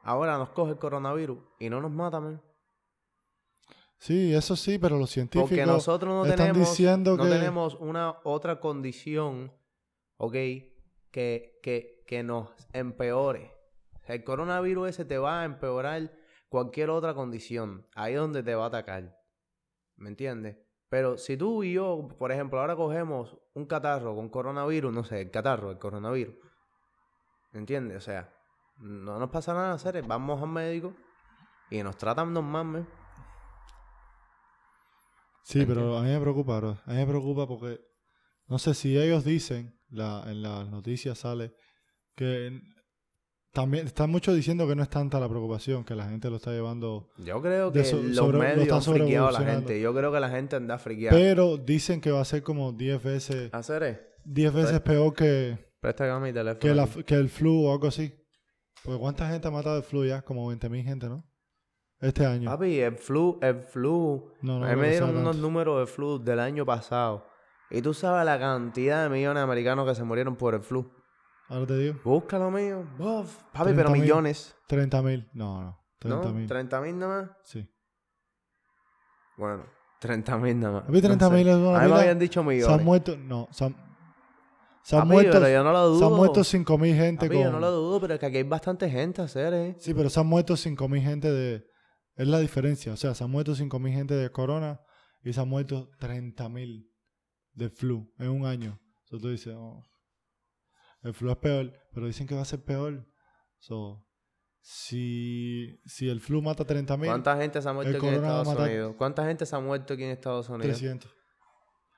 Ahora nos coge el coronavirus y no nos mata, man.
Sí, eso sí, pero los científicos...
Porque nosotros no
están
tenemos,
diciendo
no
que-
tenemos una otra condición, ¿ok? Que, que, que nos empeore. El coronavirus ese te va a empeorar cualquier otra condición. Ahí es donde te va a atacar. ¿Me entiendes? Pero si tú y yo, por ejemplo, ahora cogemos un catarro con coronavirus, no sé, el catarro, el coronavirus. ¿Me entiendes? O sea, no nos pasa nada, seres. Vamos al médico y nos tratan normalmente.
Sí, pero a mí me preocupa, bro. A mí me preocupa porque no sé si ellos dicen, la, en las noticias sale, que en- también están muchos diciendo que no es tanta la preocupación, que la gente lo está llevando.
Yo creo
de
que
so-
los
sobre- lo
medios
está
han friqueado a la
sobrevolucionando.
gente. Yo creo que la gente anda friqueada.
Pero dicen que va a ser como 10 veces,
Hacer es,
10 veces peor que,
presta acá mi teléfono.
que, la-
aquí.
que el flu o algo así. Porque ¿cuánta gente ha matado el flu ya? Como 20.000 gente, ¿no? Este año.
Papi, el flu, el flu.
No, no
a
creo
mí me
que sea
dieron unos
tanto.
números de flu del año pasado. Y tú sabes la cantidad de millones de americanos que se murieron por el flu.
Ahora te digo,
Búscalo mío. Bof. Papi, pero
30.000.
millones.
30.000. No, no,
¿No?
30.000.
30 mil nada más.
sí.
Bueno, 30 mil nada más.
Papi, 30.000 es una
A mí me
vida.
habían dicho
Se han
millones.
muerto, no, se han, se han
Papi,
muerto,
pero Ah, pues, yo no lo dudo.
se han muerto 5.000 gente
Papi,
con...
yo no lo dudo, pero es que aquí hay bastante gente a hacer, eh.
Sí, pero se han muerto 5.000 gente de... Es la diferencia, o sea, se han muerto 5.000 gente de corona y se han muerto 30.000 de flu en un año. Entonces tú dices, oh, el flu es peor, pero dicen que va a ser peor. So, si, si el flu mata 30.000,
¿Cuánta gente se ha muerto
el
aquí en
corona va a
Estados
matar-
Unidos? ¿Cuánta gente se ha muerto aquí en Estados Unidos?
300.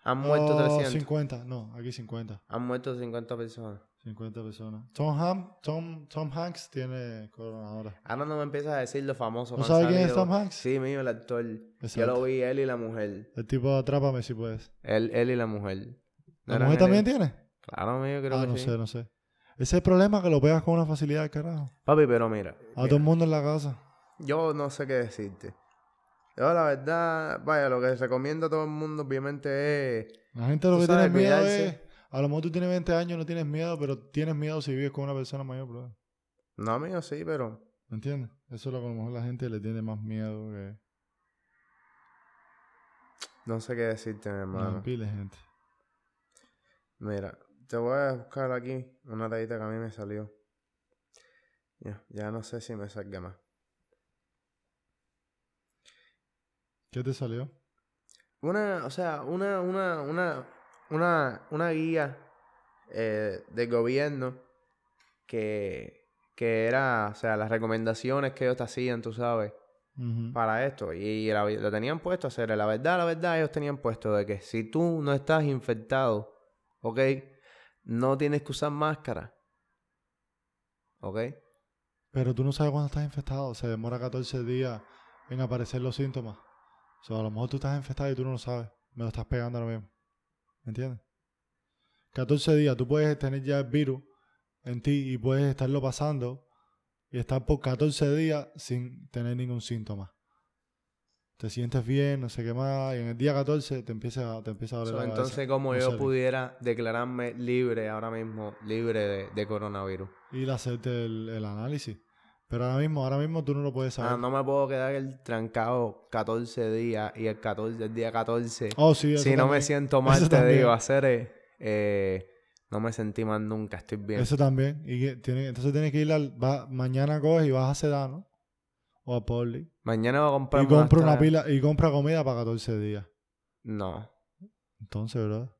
Han muerto
Oh,
300.
50, no, aquí 50.
Han muerto 50 personas.
50 personas. Tom, Ham, Tom, Tom Hanks tiene corona ahora.
Ahora no me empiezas a decir los famosos.
¿No
que han
sabes quién es
salido.
Tom Hanks?
Sí, mío, el actor. Yo
Exacto.
lo vi, él y la mujer.
El tipo, atrápame si puedes.
Él, él y la mujer.
¿La
Era nene.
mujer también tiene?
Claro, amigo, creo
ah,
que
no
sí.
sé, no sé. Ese es el problema que lo pegas con una facilidad del carajo.
Papi, pero mira.
A
mira,
todo el mundo en la casa.
Yo no sé qué decirte. Yo, la verdad, vaya, lo que recomiendo a todo el mundo, obviamente, es.
La gente lo
Tú
que
sabes,
tiene miedo
cuidarse.
es... A lo mejor tú tienes 20 años y no tienes miedo, pero tienes miedo si vives con una persona mayor, bro.
No, amigo, sí, pero.
¿Me entiendes? Eso es lo que a lo mejor la gente le tiene más miedo que...
No sé qué decirte, mi hermano.
Bueno. pile gente.
Mira, te voy a buscar aquí una rayita que a mí me salió. Ya, ya no sé si me salga más.
¿Qué te salió?
Una, o sea, una, una, una, una, una guía eh, del gobierno que, que era, o sea, las recomendaciones que ellos te hacían, tú sabes,
Ujú.
para esto. Y la- lo tenían puesto a hacer. La verdad, la verdad, ellos tenían puesto de que si tú no estás infectado, ¿ok? No tienes que usar máscara. ¿Ok?
Pero tú no sabes cuándo estás infectado. Se demora 14 días en aparecer los síntomas. O sea, a lo mejor tú estás infectado y tú no lo sabes. Me lo estás pegando ahora mismo. ¿Me entiendes? 14 días. Tú puedes tener ya el virus en ti y puedes estarlo pasando y estar por 14 días sin tener ningún síntoma. Te sientes bien, no sé qué más, y en el día 14 te empieza, a- te empieza a doler
So,
la cabeza.
entonces, ¿cómo
No
yo
sé.
pudiera declararme libre ahora mismo, libre de, de coronavirus?
Y le hacerte el, el análisis. Pero ahora mismo, ahora mismo tú no lo puedes saber.
Ah, no me puedo quedar el trancado 14 días y el, 14, el día 14.
Oh, sí, eso
si no me
también.
siento mal,
(laughs) Eso
te
también.
digo, hacer eh, eh, no me sentí mal nunca, estoy bien.
Eso también. Y que tiene- entonces tienes que ir al. va- mañana coges y vas a Sedano o a Poli.
Mañana voy a comprar
Y compra una pila y compra comida para 14 días.
No.
Entonces, ¿verdad?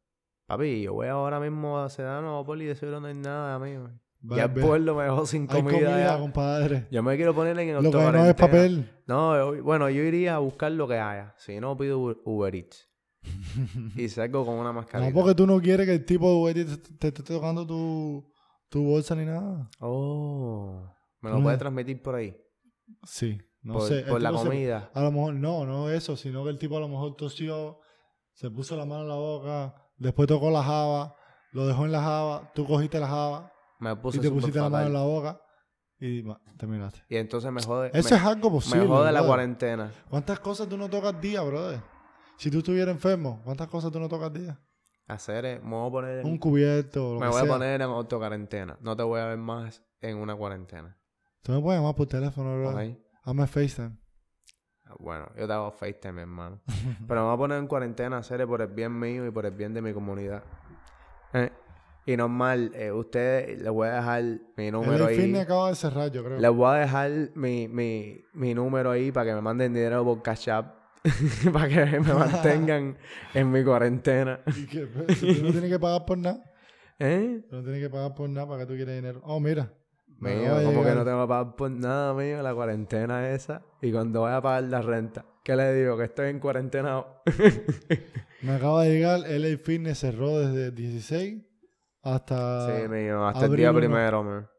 Papi, yo voy ahora mismo a Sedano o Poli de seguro no hay nada, amigo.
Va-
ya el
ve-
pueblo me dejó sin
Hay
comida.
comida,
ya.
compadre.
Yo me quiero poner en
Lo que hay no es
autocuarentena.
papel.
No, yo- bueno, yo iría a buscar lo que haya. Si no, pido Uber- Uber Eats.
(laughs)
y salgo con una mascarilla.
No porque tú no quieres que el tipo de Uber Eats te te esté tocando tu, tu bolsa ni nada.
Oh. ¿Me lo
Una-
puede transmitir por ahí?
Sí. No
por
sé. el
por la
tipo se-
comida.
a lo mejor, no, no eso, sino que el tipo a lo mejor tosió, se puso la mano en la boca, después tocó la java, lo dejó en la java, tú cogiste la java,
Me puse
y te
súper
pusiste la mano
fatal.
en la boca y ma- terminaste.
Y entonces me jode.
Eso
me,
es algo posible.
me jode la
brother.
cuarentena.
¿Cuántas cosas tú no tocas día, brother? Si tú estuvieras enfermo, ¿cuántas cosas tú no tocas día?
Hacer es- me voy a poner en,
Un cubierto, lo
me
que
voy a
sea.
poner en autocuarentena. No te voy a ver más en una cuarentena.
Tú me puedes llamar por teléfono, brother.
¿ok?
Hazme FaceTime.
Ah, Bueno, yo te hago FaceTime,
(laughs)
hermano. Pero me voy a poner en cuarentena, hacer por el bien mío y por el bien de mi comunidad. Eh, y normal, eh, ustedes les voy a dejar mi número
el fin
ahí.
acaba de cerrar, yo creo.
Les voy a dejar mi, mi, mi número ahí para que me manden dinero por Cash App. (laughs) para que
(laughs)
me mantengan en mi cuarentena.
(laughs) Y que, pues, si tú no tienes que pagar por nada.
¿Eh?
No tienes que pagar por nada para que tú quieras dinero. Oh, mira. Me
Mío,
acaba de
como que
llegar.
no tengo que pagar por nada, mío, la cuarentena esa. Y cuando vaya a pagar la renta, ¿qué le digo? Que estoy en cuarentena.
Ah, Me acaba de llegar. LA Fitness cerró desde el 16 hasta.
sí, mío, hasta el
abril
día
uno.
primero, mío.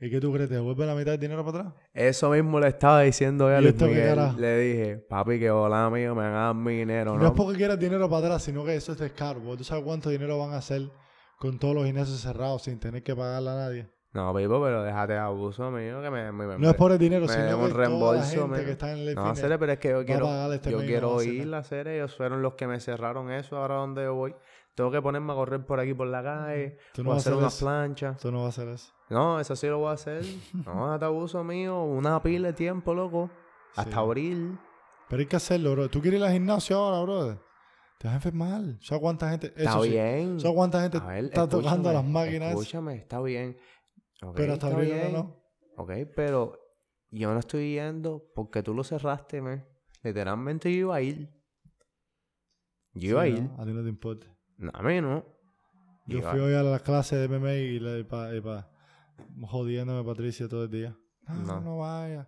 ¿Y qué tú crees? ¿Te devuelve la mitad del dinero para atrás?
Eso mismo le estaba diciendo yo a
¿Y
Luis
esto qué
Miguel.
carajo?
Le dije, papi, que hola, amigo, me van a dar mi dinero,
No,
¿no?
es porque quieras dinero para atrás, sino que eso es descargo. ¿Tú sabes cuánto dinero van a hacer con todos los gimnasios cerrados sin tener que pagarle a nadie?
No, Pipo, pero déjate de abuso, amigo, que me... me- me-
No es por el dinero,
me
sino
den
que
un
toda la
reembolso,
gente
mira.
que está en el
No, Cere, pero es que yo quiero,
pagar este
yo
mes y no
quiero
va a hacer
ir
nada.
la serie. Ellos fueron los que me cerraron eso. Ahora, donde yo voy? Tengo que ponerme a correr por aquí, por la calle.
Mm, Tú no
o
vas a
hacer
hacer
unas
eso.
planchas.
Tú no vas a hacer eso.
No, eso sí lo voy a hacer.
(laughs)
No, hasta abuso mío. Una pila de tiempo, loco. Hasta
Sí.
abril.
Pero hay que hacerlo, bro. ¿Tú quieres ir al gimnasio ahora, brother? Te vas a enfermar. ¿Sabes cuánta gente?
está
Eso sí.
bien.
¿Sabes cuánta gente
A ver,
está tocando
escúchame,
las máquinas?
Escúchame, está bien. Ok,
Pero hasta
está
abril no,
bien.
no.
Ok, pero yo no estoy yendo porque tú lo cerraste, man. Literalmente yo iba a ir. Yo iba a
Sí,
ir.
no, A ti no te importa.
No, a mí no.
Yo
Iba-
fui hoy a la clase de MMA y, le, y pa- y pa- jodiéndome a Patricia todo el día. No,
No.
no, vaya.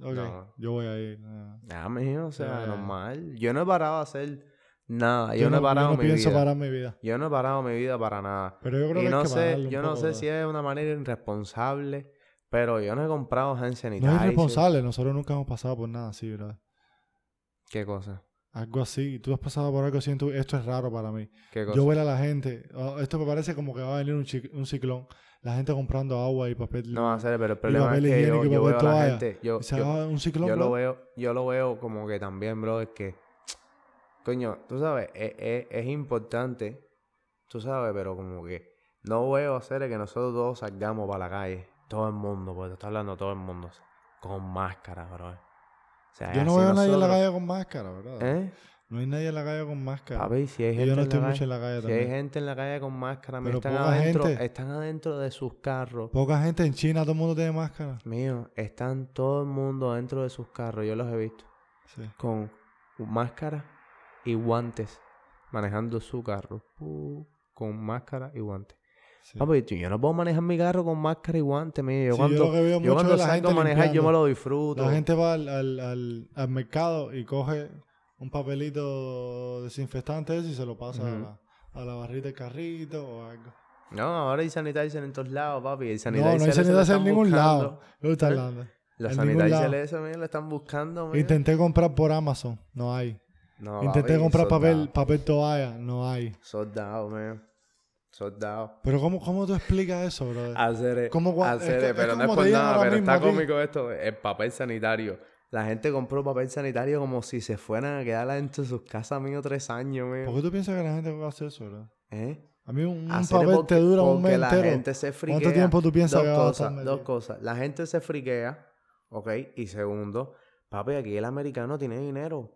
Ok,
No.
yo voy a ir. no.
Ah, mijo, o sea,
Eh.
normal. Yo no he parado a hacer nada. Yo, no he parado
yo no
mi
pienso
vida.
parar mi vida.
Yo no he parado mi vida para nada.
Pero yo creo
Y
que
no
hay que
sé,
pararlo un
yo no
poco,
sé
bro.
si es de una manera irresponsable, pero yo no he comprado hand
No
sanitizer.
es responsable, nosotros nunca hemos pasado por nada así, ¿verdad?
¿Qué cosa?
Algo así. Tú has pasado por algo así en tu Esto es raro para mí.
¿Qué cosa?
Yo veo a la gente. oh, esto me parece como que va a venir un, chi- un ciclón. La gente comprando agua y papel.
no, en serio, pero el problema es
papel
que yo,
higiénico y
yo veo
papel
a la
toalla.
gente. Yo,
Y se
yo-
va un ciclón.
yo
bro.
lo veo yo lo veo como que también bro es que coño tú sabes e- e- es, importante tú sabes pero como que no veo hacer que nosotros todos salgamos para la calle todo el mundo porque te está hablando todo el mundo con máscara bro o sea,
Yo
es
no
así
veo a nadie en la
nosotros-
calle con máscara, ¿verdad?
¿Eh?
No hay nadie en la calle con máscara.
Papi, si hay
Y
gente
yo no
en
estoy
la
mucho
calle,
en la calle
si hay
también.
gente en la calle con máscara, mira,
Pero
están
poca
adentro,
gente.
están adentro de sus carros.
Poca gente en China, todo el mundo tiene máscara.
Mío, están todo el mundo adentro de sus carros, yo los he visto.
Sí.
con máscara y guantes manejando su carro. Uh, con máscara y guantes.
sí.
Papi, tú- yo no puedo manejar mi carro con máscara y guantes, mío. Yo
Sí, yo
cuando,
lo que veo
yo
mucho
cuando
es la
salgo a
gente
manejar, yo
limpiando.
me lo disfruto.
La gente va al, al, al, al mercado y coge un papelito desinfectante de eso y se lo pasa a,
Ujú.
la, a la barrita del carrito o algo.
No, ahora hay sanitizer en todos lados, papi. El
no, no hay
se lo
sanitizer en
están
ningún
buscando.
lado. Yo estoy
¿Eh?
hablando.
Los
en ningún lado.
sanitizer eso, mío, lo están buscando, mío.
Intenté comprar por Amazon, no hay.
No,
Intenté
papi,
comprar papel,
soldado.
papel toalla, no hay.
Soldado, mío. Soldado.
Pero ¿cómo, cómo tú explicas eso, brother?
Hacer, eh,
¿Cómo gua- es
hacer,
que- es
pero no es
como
por
te digan
nada,
ahora
pero
mismo
está
a ti.
cómico esto, el papel sanitario. La gente compró papel sanitario como si se fueran a quedar dentro de sus casas, mío, tres años, mío.
¿Por qué tú piensas que la gente hace eso, verdad?
¿Eh?
A mí un, un
Hacer
papel
porque-
te dura un
porque
mes
la
entero.
gente se friquea.
¿Cuánto tiempo tú piensas
dos
que va a estar
cosas,
metido?
dos cosas. La gente se friquea, ¿ok? Y segundo, papi, aquí el americano tiene dinero.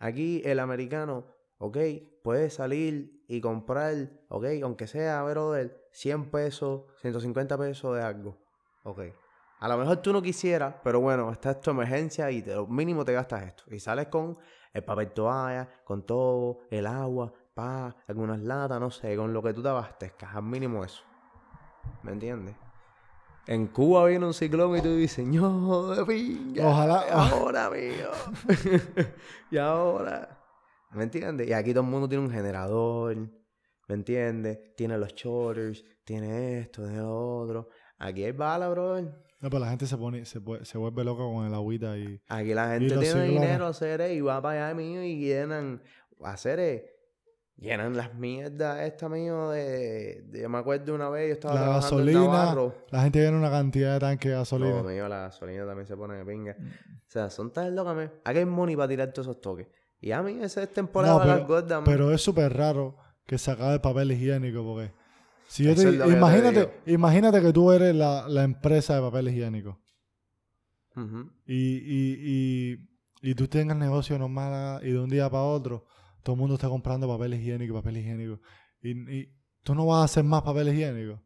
Aquí el americano, ¿ok? Puede salir y comprar, ¿ok? Aunque sea, brother, 100 pesos, 150 pesos de algo, ¿ok? A lo mejor tú no quisieras, pero bueno, está tu emergencia y te- lo mínimo te gastas esto. Y sales con el papel toalla, con todo, el agua, pa, algunas latas, no sé, con lo que tú te abastezcas, al mínimo eso. ¿Me entiendes? En Cuba viene un ciclón y tú dices, no, de pinga.
Ojalá-
y Ahora, mío. y ahora. ¿Me entiendes? Y aquí todo el mundo tiene un generador. ¿Me entiendes? Tiene los shorters, tiene esto, tiene lo otro. Aquí hay bala, brother.
No, pero la gente se pone, se, pue- se vuelve loca con el agüita y.
Aquí la gente
los
tiene
ciclones.
dinero, hacer y va para allá mío y llenan, hacer llenan las mierdas esta mío de, de- yo me acuerdo una vez yo estaba
La
trabajando en
gasolina.
Navarro.
La gente viene una cantidad de tanques de gasolina.
No, mío, la gasolina también se pone de pinga. O sea, son tan locas, mío. Aquí hay money para tirar todos esos toques. Y a mí esa es temporada
No,
para
pero-
las gordas, mío.
Pero es súper raro que se acabe el papel higiénico, porque si yo
Eso
te,
es lo que yo te
imagínate,
digo.
imagínate que tú eres la, la empresa de papel higiénico
Ujú.
y, y, y, y tú tengas negocio normal ah, y de un día para otro todo el mundo está comprando papel higiénico, papel higiénico y, y tú no vas a hacer más papel higiénico.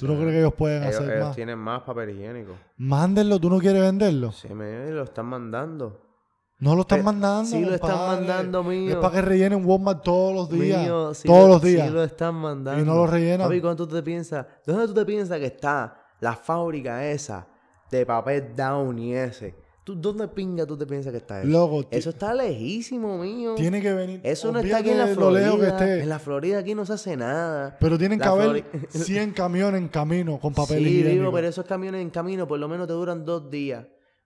¿Tú no
Sí.
crees que ellos pueden
Ellos,
hacer
ellos
más?
tienen más papel higiénico.
Mándenlo, tú no quieres venderlo.
Sí, mío, y lo están mandando.
No lo están
Pero-
mandando.
sí, lo están
compadre.
mandando, mío.
Es para que rellenen Walmart todos los días.
Mío, sí
todos
lo-
los días.
Sí lo están mandando.
Y no lo rellenan.
Papi, ¿cuándo tú te piensas? ¿Dónde tú te piensas que está la fábrica esa de papel down y ese? ¿Tú, ¿Dónde pinga tú te piensas que está eso?
Loco, ti-
eso está lejísimo, mío.
tiene que venir.
eso no está aquí en la
olvídate de lo lejos
Florida.
que esté.
En la Florida aquí no se hace nada.
Pero tienen que
la
haber
Flori-
100 camiones en camino con papel
sí,
higiénico.
digo, pero esos camiones en camino por lo menos te duran dos días.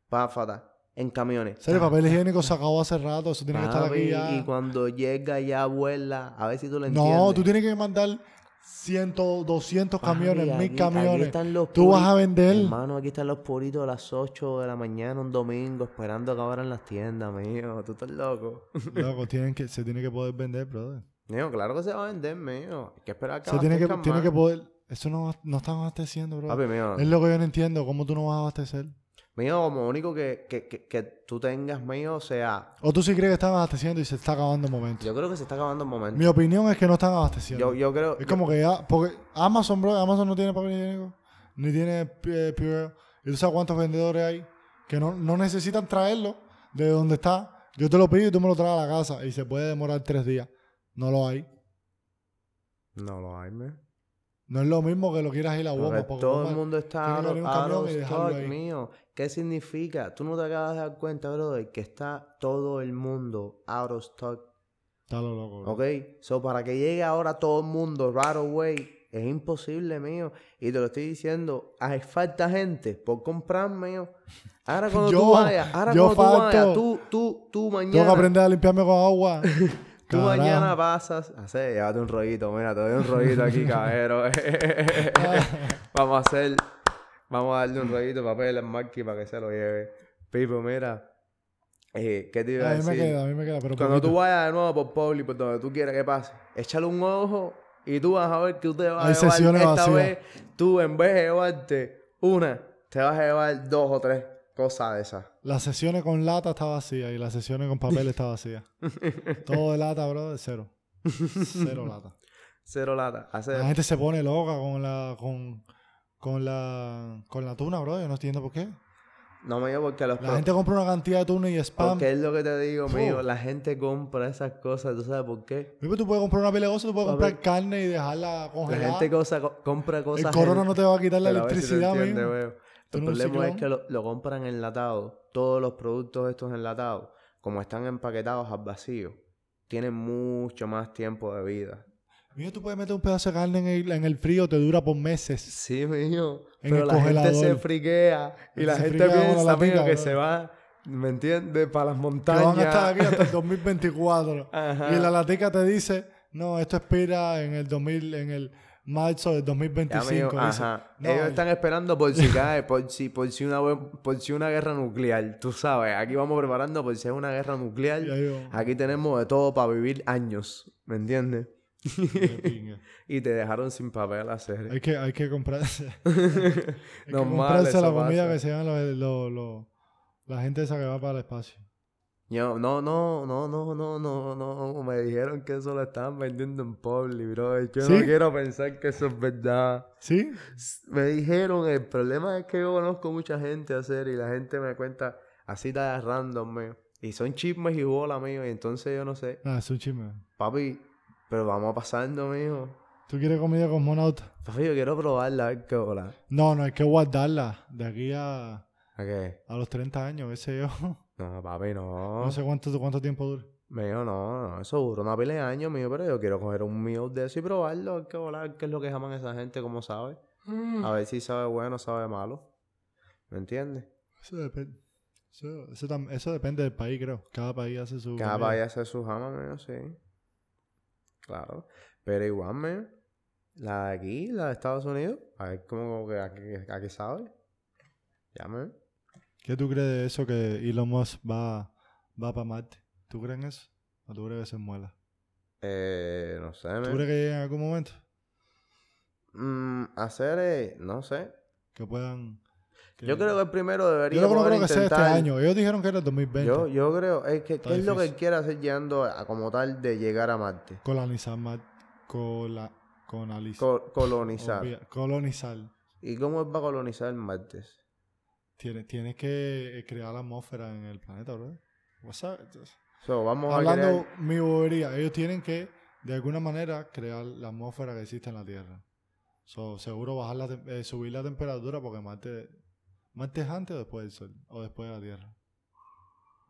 Páfata. En camiones.
Serio, papel higiénico se acabó hace rato. Eso tiene que estar
Papi,
aquí ya.
Y cuando llega ya abuela, a ver si tú lo
no,
entiendes.
tú tienes que mandar 100, 200
Papi,
camiones,
aquí-
1000
aquí
camiones.
están los
Tú vas
puri-
a vender.
Hermano, aquí están los puritos a las 8 de la mañana un domingo esperando que abran las tiendas, mío. Tú estás loco. (laughs)
Loco, tienen que, se tiene que poder vender, brother.
Mío, claro que se va a vender, mío. Hay que esperar que
Se tiene que,
abastezcan
tiene
más.
que poder. Eso no, no están abasteciendo, brother.
Papi, mío.
Es lo que yo no entiendo. ¿Cómo tú no vas a abastecer?
Mío, como único que, que, que, que tú tengas, mío, o sea...
O tú sí crees que están abasteciendo y se está acabando el momento.
Yo creo que se está acabando el momento.
Mi opinión es que no están
Yo,
abasteciendo.
yo creo...
es como que ya. Porque Amazon, bro, Amazon no tiene papel higiénico, ni tiene eh, Purell. ¿Y tú sabes cuántos vendedores hay que no, no necesitan traerlo de donde está? Yo te lo pido y tú me lo traes a la casa y se puede demorar tres días. No lo hay.
No lo hay, mío.
No es lo mismo que lo quieras ir a
Porque
Walmart. porque
todo el
Walmart-
mundo está
tiene que
out,
venir un
out
camión
of
y dejarlo
stock,
ahí.
mío. ¿Qué significa? Tú no te acabas de dar cuenta, brother, que está todo el mundo out of stock.
Está lo loco. bro.
Ok, so para que llegue ahora todo el mundo right away, Es imposible, mío. Y te lo estoy diciendo, hay falta gente por comprar, mío.
(laughs)
Ahora cuando
Yo-
tú vayas, ahora
yo
cuando tú vayas,
falto.
tú, tú, tú
Tengo que
mañana.
aprender a limpiarme con agua.
(laughs) Tú
Carajo.
mañana
(laughs)
pasas, hace, llévate un rollito, mira, te doy un rollito aquí, caballero. (laughs) vamos a hacer, vamos a darle un rollito de papel al Marky para que se lo lleve. Pipo, mira, eh, ¿qué te iba a
A mí
decir?
me queda, a mí me queda. Pero
Cuando tú
poquito.
vayas de nuevo por Publi, por donde tú quieras que pase, échale un ojo y tú vas a ver que usted va a
Hay
llevar.
sesiones
Esta
vacías.
vez, tú en vez de llevarte una, te vas a llevar dos o tres cosas de esas.
Las sesiones con lata está vacía y las sesiones con papel
(laughs)
está vacía. Todo de lata, bro, de cero. Cero lata.
(laughs) Cero lata. Hace
La gente se pone loca con la con, con la con la tuna, bro. Yo no entiendo por qué.
No me digo porque los
La
pro-
gente compra una cantidad de tuna y spam.
Porque es lo que te digo,
Fu.
mío. La gente compra esas cosas. ¿Tú sabes por qué?
Mira, Tú puedes comprar una pelegosa, tú puedes
A
comprar
ver.
carne y dejarla
La
congelada.
gente cosa, co- compra cosas...
El corona
en-
no te va a quitar la
Pero a ver si te
electricidad,
entiende,
mijo.
veo.
Tú
El
no eres un
problema es
ciclón.
que lo, lo compran enlatado. Todos los productos estos enlatados, como están empaquetados al vacío, tienen mucho más tiempo de vida.
Mira, tú puedes meter un pedazo de carne en el, en el frío, te dura por meses.
Sí, mío.
En
Pero
el
la gente se
congelador.
friquea y
Se
la gente
friquea con la
piensa,
latica,
mío, que
bro.
se va, ¿me entiendes? Para las
Que
montañas.
van a estar
(laughs)
aquí hasta el 2024.
Ajá.
Y la latica te dice, no, esto expira en el 2000, en el marzo del
Ya, mío,
2025. dice.
ajá.
No, eh.
Ellos
yo-
están esperando por si cae, por si, por si una buen- por si una guerra nuclear, tú sabes, aquí vamos preparando por si es una guerra nuclear.
y ahí
(laughs)
vamos.
Aquí tenemos de todo para vivir años, ¿me entiendes?
De pinga.
Y te dejaron sin papel hacer.
hay, que, hay que comprarse, (laughs) hay que
Normal,
comprarse
eso
la comida
pasa.
que se llama los- los- los- la gente esa que va para el espacio.
(laughs) Yo, no, no, no, no, no, no, no. Me dijeron que eso lo estaban vendiendo en Publi, bro. Yo no
¿Sí?
quiero pensar que eso es verdad.
¿Sí?
Me dijeron, el problema es que yo conozco mucha gente hacer y la gente me cuenta así de random, mío. Y son chismes y bola, mío. Y entonces yo no sé,
Nada, es un chisme.
papi, pero vamos pasando, mío.
¿Tú quieres comida cosmonauta?
Papi, yo quiero probarla, a ver qué bola.
No, no, hay que guardarla de aquí a,
¿A qué?
a los 30 años, qué sé yo. (laughs)
No, papi, no.
No sé cuánto, cuánto tiempo dura.
Mío, no, no, eso dura una pila de años, mío, pero yo quiero coger un mío de eso y probarlo, a ver qué bola, a ver qué es lo que jaman esa gente, cómo sabe. A ver si sabe bueno, sabe malo. ¿Me entiendes?
Eso depende. Eso, eso tam- eso depende del país, creo. Cada país hace su.
Cada
comida.
país hace su jama, mío, sí. Claro. Pero igual, mío, la de aquí, la de Estados Unidos, a ver cómo que a, qué- a qué sabe. Ya, mío.
¿Qué tú crees de eso que Elon Musk va, va para Marte? ¿Tú crees en eso? ¿O tú crees que se muela?
Eh, no sé,
¿Tú
mío.
crees que llega en algún momento
Mm, hacer, eh, no sé.
que puedan.
Yo creo que el primero
Yo
debería
creo que no
poder
creo que sea este
intentar-
año. Ellos dijeron que era el 2020.
Yo, yo creo, es que,
Está
¿qué es lo que él
difícil.
quiere hacer llegando a, como tal de llegar a Marte?
Colonizar Marte. Cola, colonizar.
Co- colonizar.
Obvia- colonizar.
¿Y cómo él va a colonizar Marte?
Tienes, tienes que eh, crear la atmósfera en el planeta, bro. What's up?
So, vamos a
Hablando
crear...
mi bobería, ellos tienen que, de alguna manera, crear la atmósfera que existe en la Tierra. So, seguro bajar la tem- eh, subir la temperatura porque Marte, Marte es antes o después del Sol, o después de la Tierra.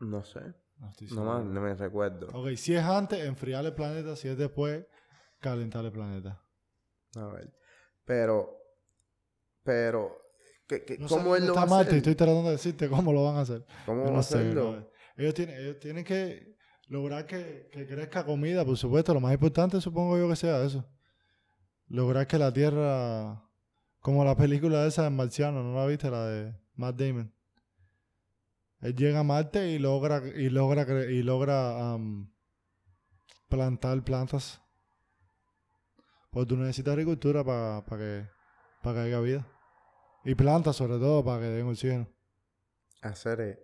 No sé,
No estoy
no,
seguro.
más, no me recuerdo.
Ok, si es antes, enfriar el planeta, si es después, calentar el planeta.
A ver. Pero, pero, ¿qué- qué-
No sé
¿cómo él
dónde
lo va
está
a
Marte,
hacer?
estoy tratando de decirte cómo lo van a hacer.
¿Cómo
Yo
va a
no sé,
hacerlo?
brother. Ellos tienen, ellos tienen que lograr que, que crezca comida, por supuesto. Lo más importante supongo yo que sea eso. Lograr que la Tierra, como la película esa de Marciano, ¿no la viste? La de Matt Damon. Él llega a Marte y logra y logra cre- y logra am, plantar plantas. Pues tú necesitas agricultura para que, pa que haya vida. Y plantas sobre todo para que den oxígeno.
Hacer... eh,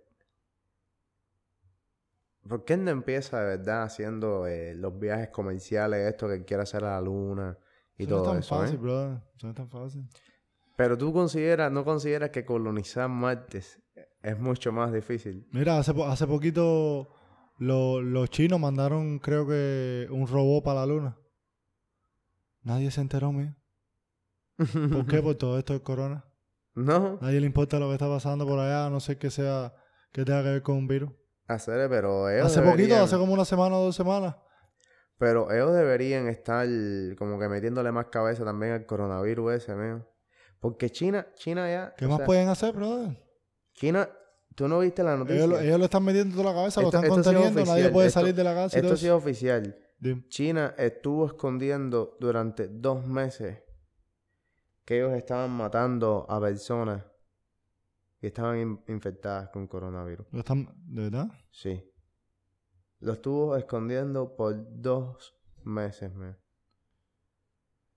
¿Por qué él no empieza de verdad haciendo eh, los viajes comerciales, esto que él quiere hacer a la luna y
Eso
todo
no es
eso?
tan
eh?
fácil, brother. Eso no es tan fácil.
Pero tú consideras, no consideras que colonizar Marte es- es mucho más difícil.
Mira, hace, po- hace poquito lo- los chinos mandaron, creo que, un robot para la luna. Nadie se enteró, mío. (laughs) ¿Por qué? Por todo esto del corona.
no,
Nadie le importa lo que está pasando por allá, a no sé que sea que tenga que ver con un virus.
hacer, pero ellos
Hace poquito,
deberían-
hace como una semana o dos semanas,
Pero ellos deberían estar como que metiéndole más cabeza también al coronavirus ese, mío. Porque China, China ya.
¿Qué
o
más
sea,
pueden hacer, brother?
China, tú no viste la noticia.
Ellos, lo- ellos le están metiendo toda la
Esto-
cabeza, lo están
esto ha sido
conteniendo, nadie
oficial,
puede
esto-
salir de la casa. y todo
Esto sí es
eso.
oficial.
Dime.
China estuvo escondiendo durante dos meses que ellos estaban matando a personas que estaban in- infectadas con coronavirus.
Lo están- ¿De verdad?
Sí. Lo estuvo escondiendo por dos meses, man.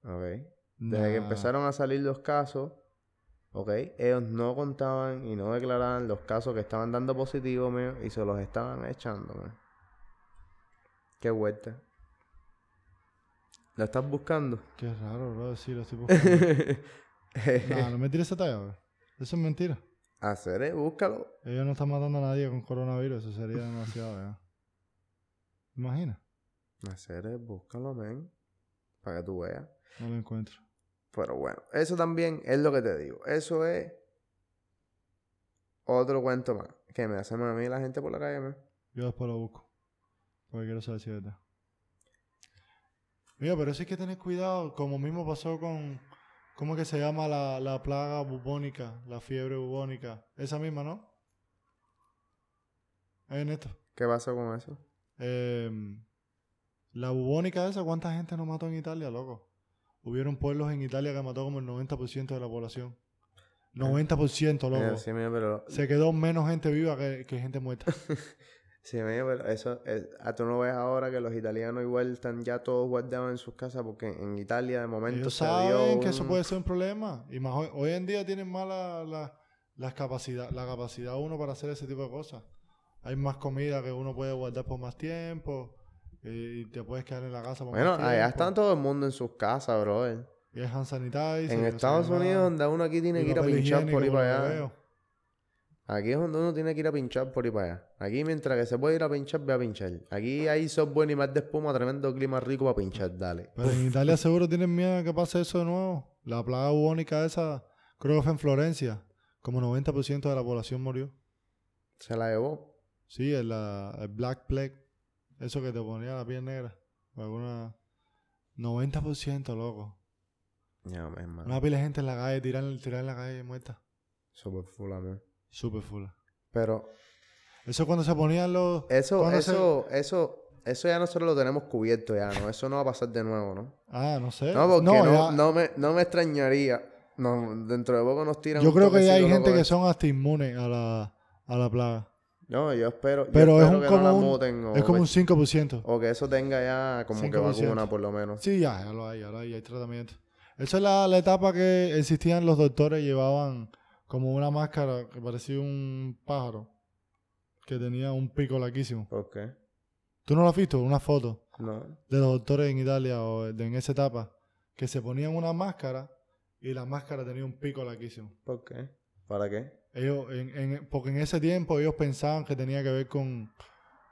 Ok. Desde que
Nah.
empezaron a salir los casos, ok, ellos no contaban y no declaraban los casos que estaban dando positivo, man, y se los estaban echando, man. Qué vuelta. ¿Lo estás buscando? (laughs)
Qué raro, brother, sí, lo estoy buscando.
Eh.
Nah, no me tires esa talla, bro. Eso es mentira.
Haceré, búscalo.
Ellos no están matando a nadie con coronavirus, eso sería demasiado, ya. Imagina,
Haceré, búscalo, man. Para que tú veas.
no lo encuentro.
Pero bueno, eso también es lo que te digo. Eso es otro cuento más. Que me hacen a mí la gente por la calle, man.
Yo después lo busco. Porque quiero saber si es verdad. Mira, pero sí hay que tener cuidado, como mismo pasó con. ¿Cómo que se llama la, la plaga bubónica? La fiebre bubónica. Esa misma, ¿no? Eh, Neto.
¿Qué pasó con eso?
Em, la bubónica esa, ¿cuánta gente no mató en Italia, loco? Hubieron pueblos en Italia que mató como el 90% de la población. 90%,
Mira,
loco.
sí, mira, pero,
Se quedó menos gente viva que, que
(laughs)
gente muerta.
sí, mira, pero eso es- ah, tú no ves ahora que los italianos igual están ya todos guardados en sus casas porque en Italia de momento
Ellos
se dio
saben que eso
un-
puede ser un problema. Y más hoy, hoy en día tienen más la, la- las capacidad, la capacidad uno para hacer ese tipo de cosas. Hay más comida que uno puede guardar por más tiempo. Y, te puedes quedar en la casa por
Bueno,
más tiempo.
allá está todo el mundo en sus casas, brother.
Y hay hand sanitizer,
en
que no sé
Estados
qué más.
Unidos, donde uno aquí tiene
Y
que ir a
papel
pinchar por ahí
higiénico,
para
lo que
allá.
veo.
Aquí es donde uno tiene que ir a pinchar por ahí para allá. Aquí mientras que se puede ir a pinchar, ve a pinchar. Aquí hay sol bueno y mar de espuma, tremendo clima rico para pinchar, dale.
Pero en Italia seguro tienen miedo a que pase eso de nuevo. La plaga bubónica esa, creo que fue en Florencia. Como 90% de la población murió.
Se la llevó.
Sí, el, la, el Black Plague. Eso que te ponía la piel negra. o Alguna... 90%, loco.
Ya, mi hermano.
Una pila de gente en la calle, tirar, tirar en la calle muerta.
Super full, amor.
Súper full.
Pero
Eso es cuando se ponían los...
eso,
cuando se-
eso, eso, eso ya nosotros lo tenemos cubierto ya, ¿no? Eso no va a pasar de nuevo, ¿no?
Ah, no sé.
No, porque no,
ya-
no me, no me extrañaría. No, dentro de poco nos tiran
Yo
un
creo que ya hay
toquecito
gente
loco ¿eh?
que
de-
son hasta inmunes a la, a la plaga.
No, yo espero, yo
Pero es
espero
un-
que
como
no pues la
un-
muten o,
Es como
que-
un 5%.
o que eso tenga ya como que
5%.
vacuna por lo menos.
Sí, ya, ya lo hay, ya lo hay, hay tratamiento. Esa es la, la etapa que existían los doctores, llevaban como una máscara que parecía un pájaro, que tenía un pico laquísimo.
¿Por qué?
¿Tú no lo has visto? Una foto
No.
de los doctores en Italia o de- en esa etapa, que se ponían una máscara y la máscara tenía un pico laquísimo.
¿Por qué? ¿Para qué?
Ellos, en- en- porque en ese tiempo ellos pensaban que tenía que ver con,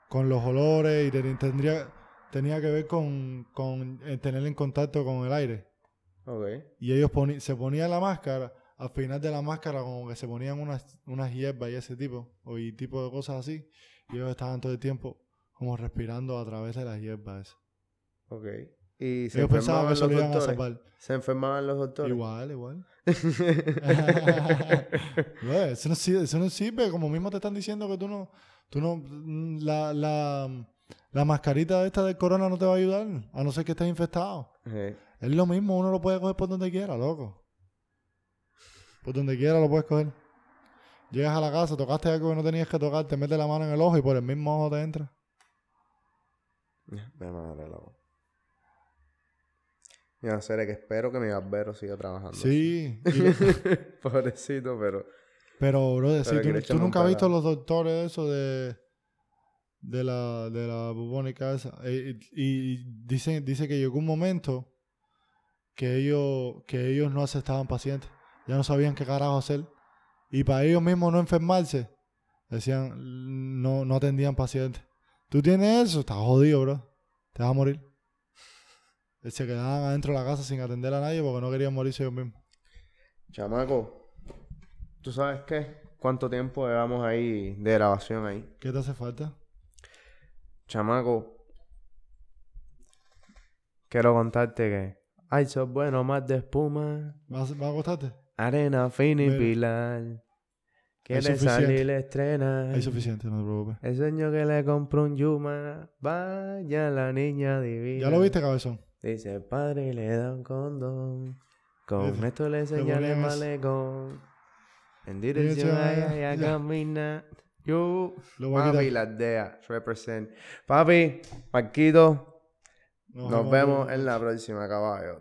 con los olores y ten- tendría, tenía que ver con, con eh, tener en contacto con el aire.
Ok.
y ellos poni- se ponían la máscara, al final de la máscara como que se ponían unas, unas hierbas y ese tipo, o y tipo de cosas así, y ellos estaban todo el tiempo como respirando a través de las hierbas. esas.
Ok. Y se
ellos
enfermaban
pensaban que
los
eso lo iban a
doctores.
salvar.
Se enfermaban los doctores.
Igual, igual. Bueno, eso, no sirve, eso no sirve, como mismo te están diciendo que tú no, tú no, mm, la, la, la mascarita esta del corona no te va a ayudar, a no ser que estés infectado.
(laughs) Eh,
Es lo mismo, uno lo puede coger por donde quiera, loco. Por donde quiera lo puedes coger. Llegas a la casa, tocaste algo que no tenías que tocar, te metes la mano en el ojo y por el mismo ojo te entra.
de madre, loco. Ya sé, que espero que mi barbero siga trabajando.
Sí,
(laughs)
y-
Pobrecito, pero.
pero bro, sí,
Pero que le
tú, tú
echan
nunca has
un
visto
pelado.
los doctores eso de de la de la bubónica esa. Eh, Y, y dicen dice que llegó un momento que ellos que ellos no aceptaban pacientes, ya no sabían qué carajo hacer y para ellos mismos no enfermarse decían no no atendían pacientes. Tú tienes eso, estás jodido, bro. Te vas a morir. Y Se quedaban adentro de la casa sin atender a nadie porque no querían morirse ellos mismos.
Chamaco, ¿tú sabes qué? ¿Cuánto tiempo llevamos ahí de grabación ahí?
¿Qué te hace falta?
Chamaco, Quiero contarte que. Ay, sos bueno, más de espuma.
¿Vas, vas a acostarte?
Arena fina y
Mira.
pilar. Quiere
suficiente.
salir la estrena.
Es suficiente, no te preocupes.
El sueño que le compró un Yuma. Vaya la niña divina.
¿Ya lo viste, cabezón?
Dice el padre y le da un condón. Con
Ese.
esto le
ponían
señala el
ese.
malecón. En
Dirección
dirección a
a
ella
ella.
ella camina. Yo.
Lo voy a
Papi,
quitar.
la aldea. Represent. Papi, Marquito. Nos vemos en la próxima, caballo.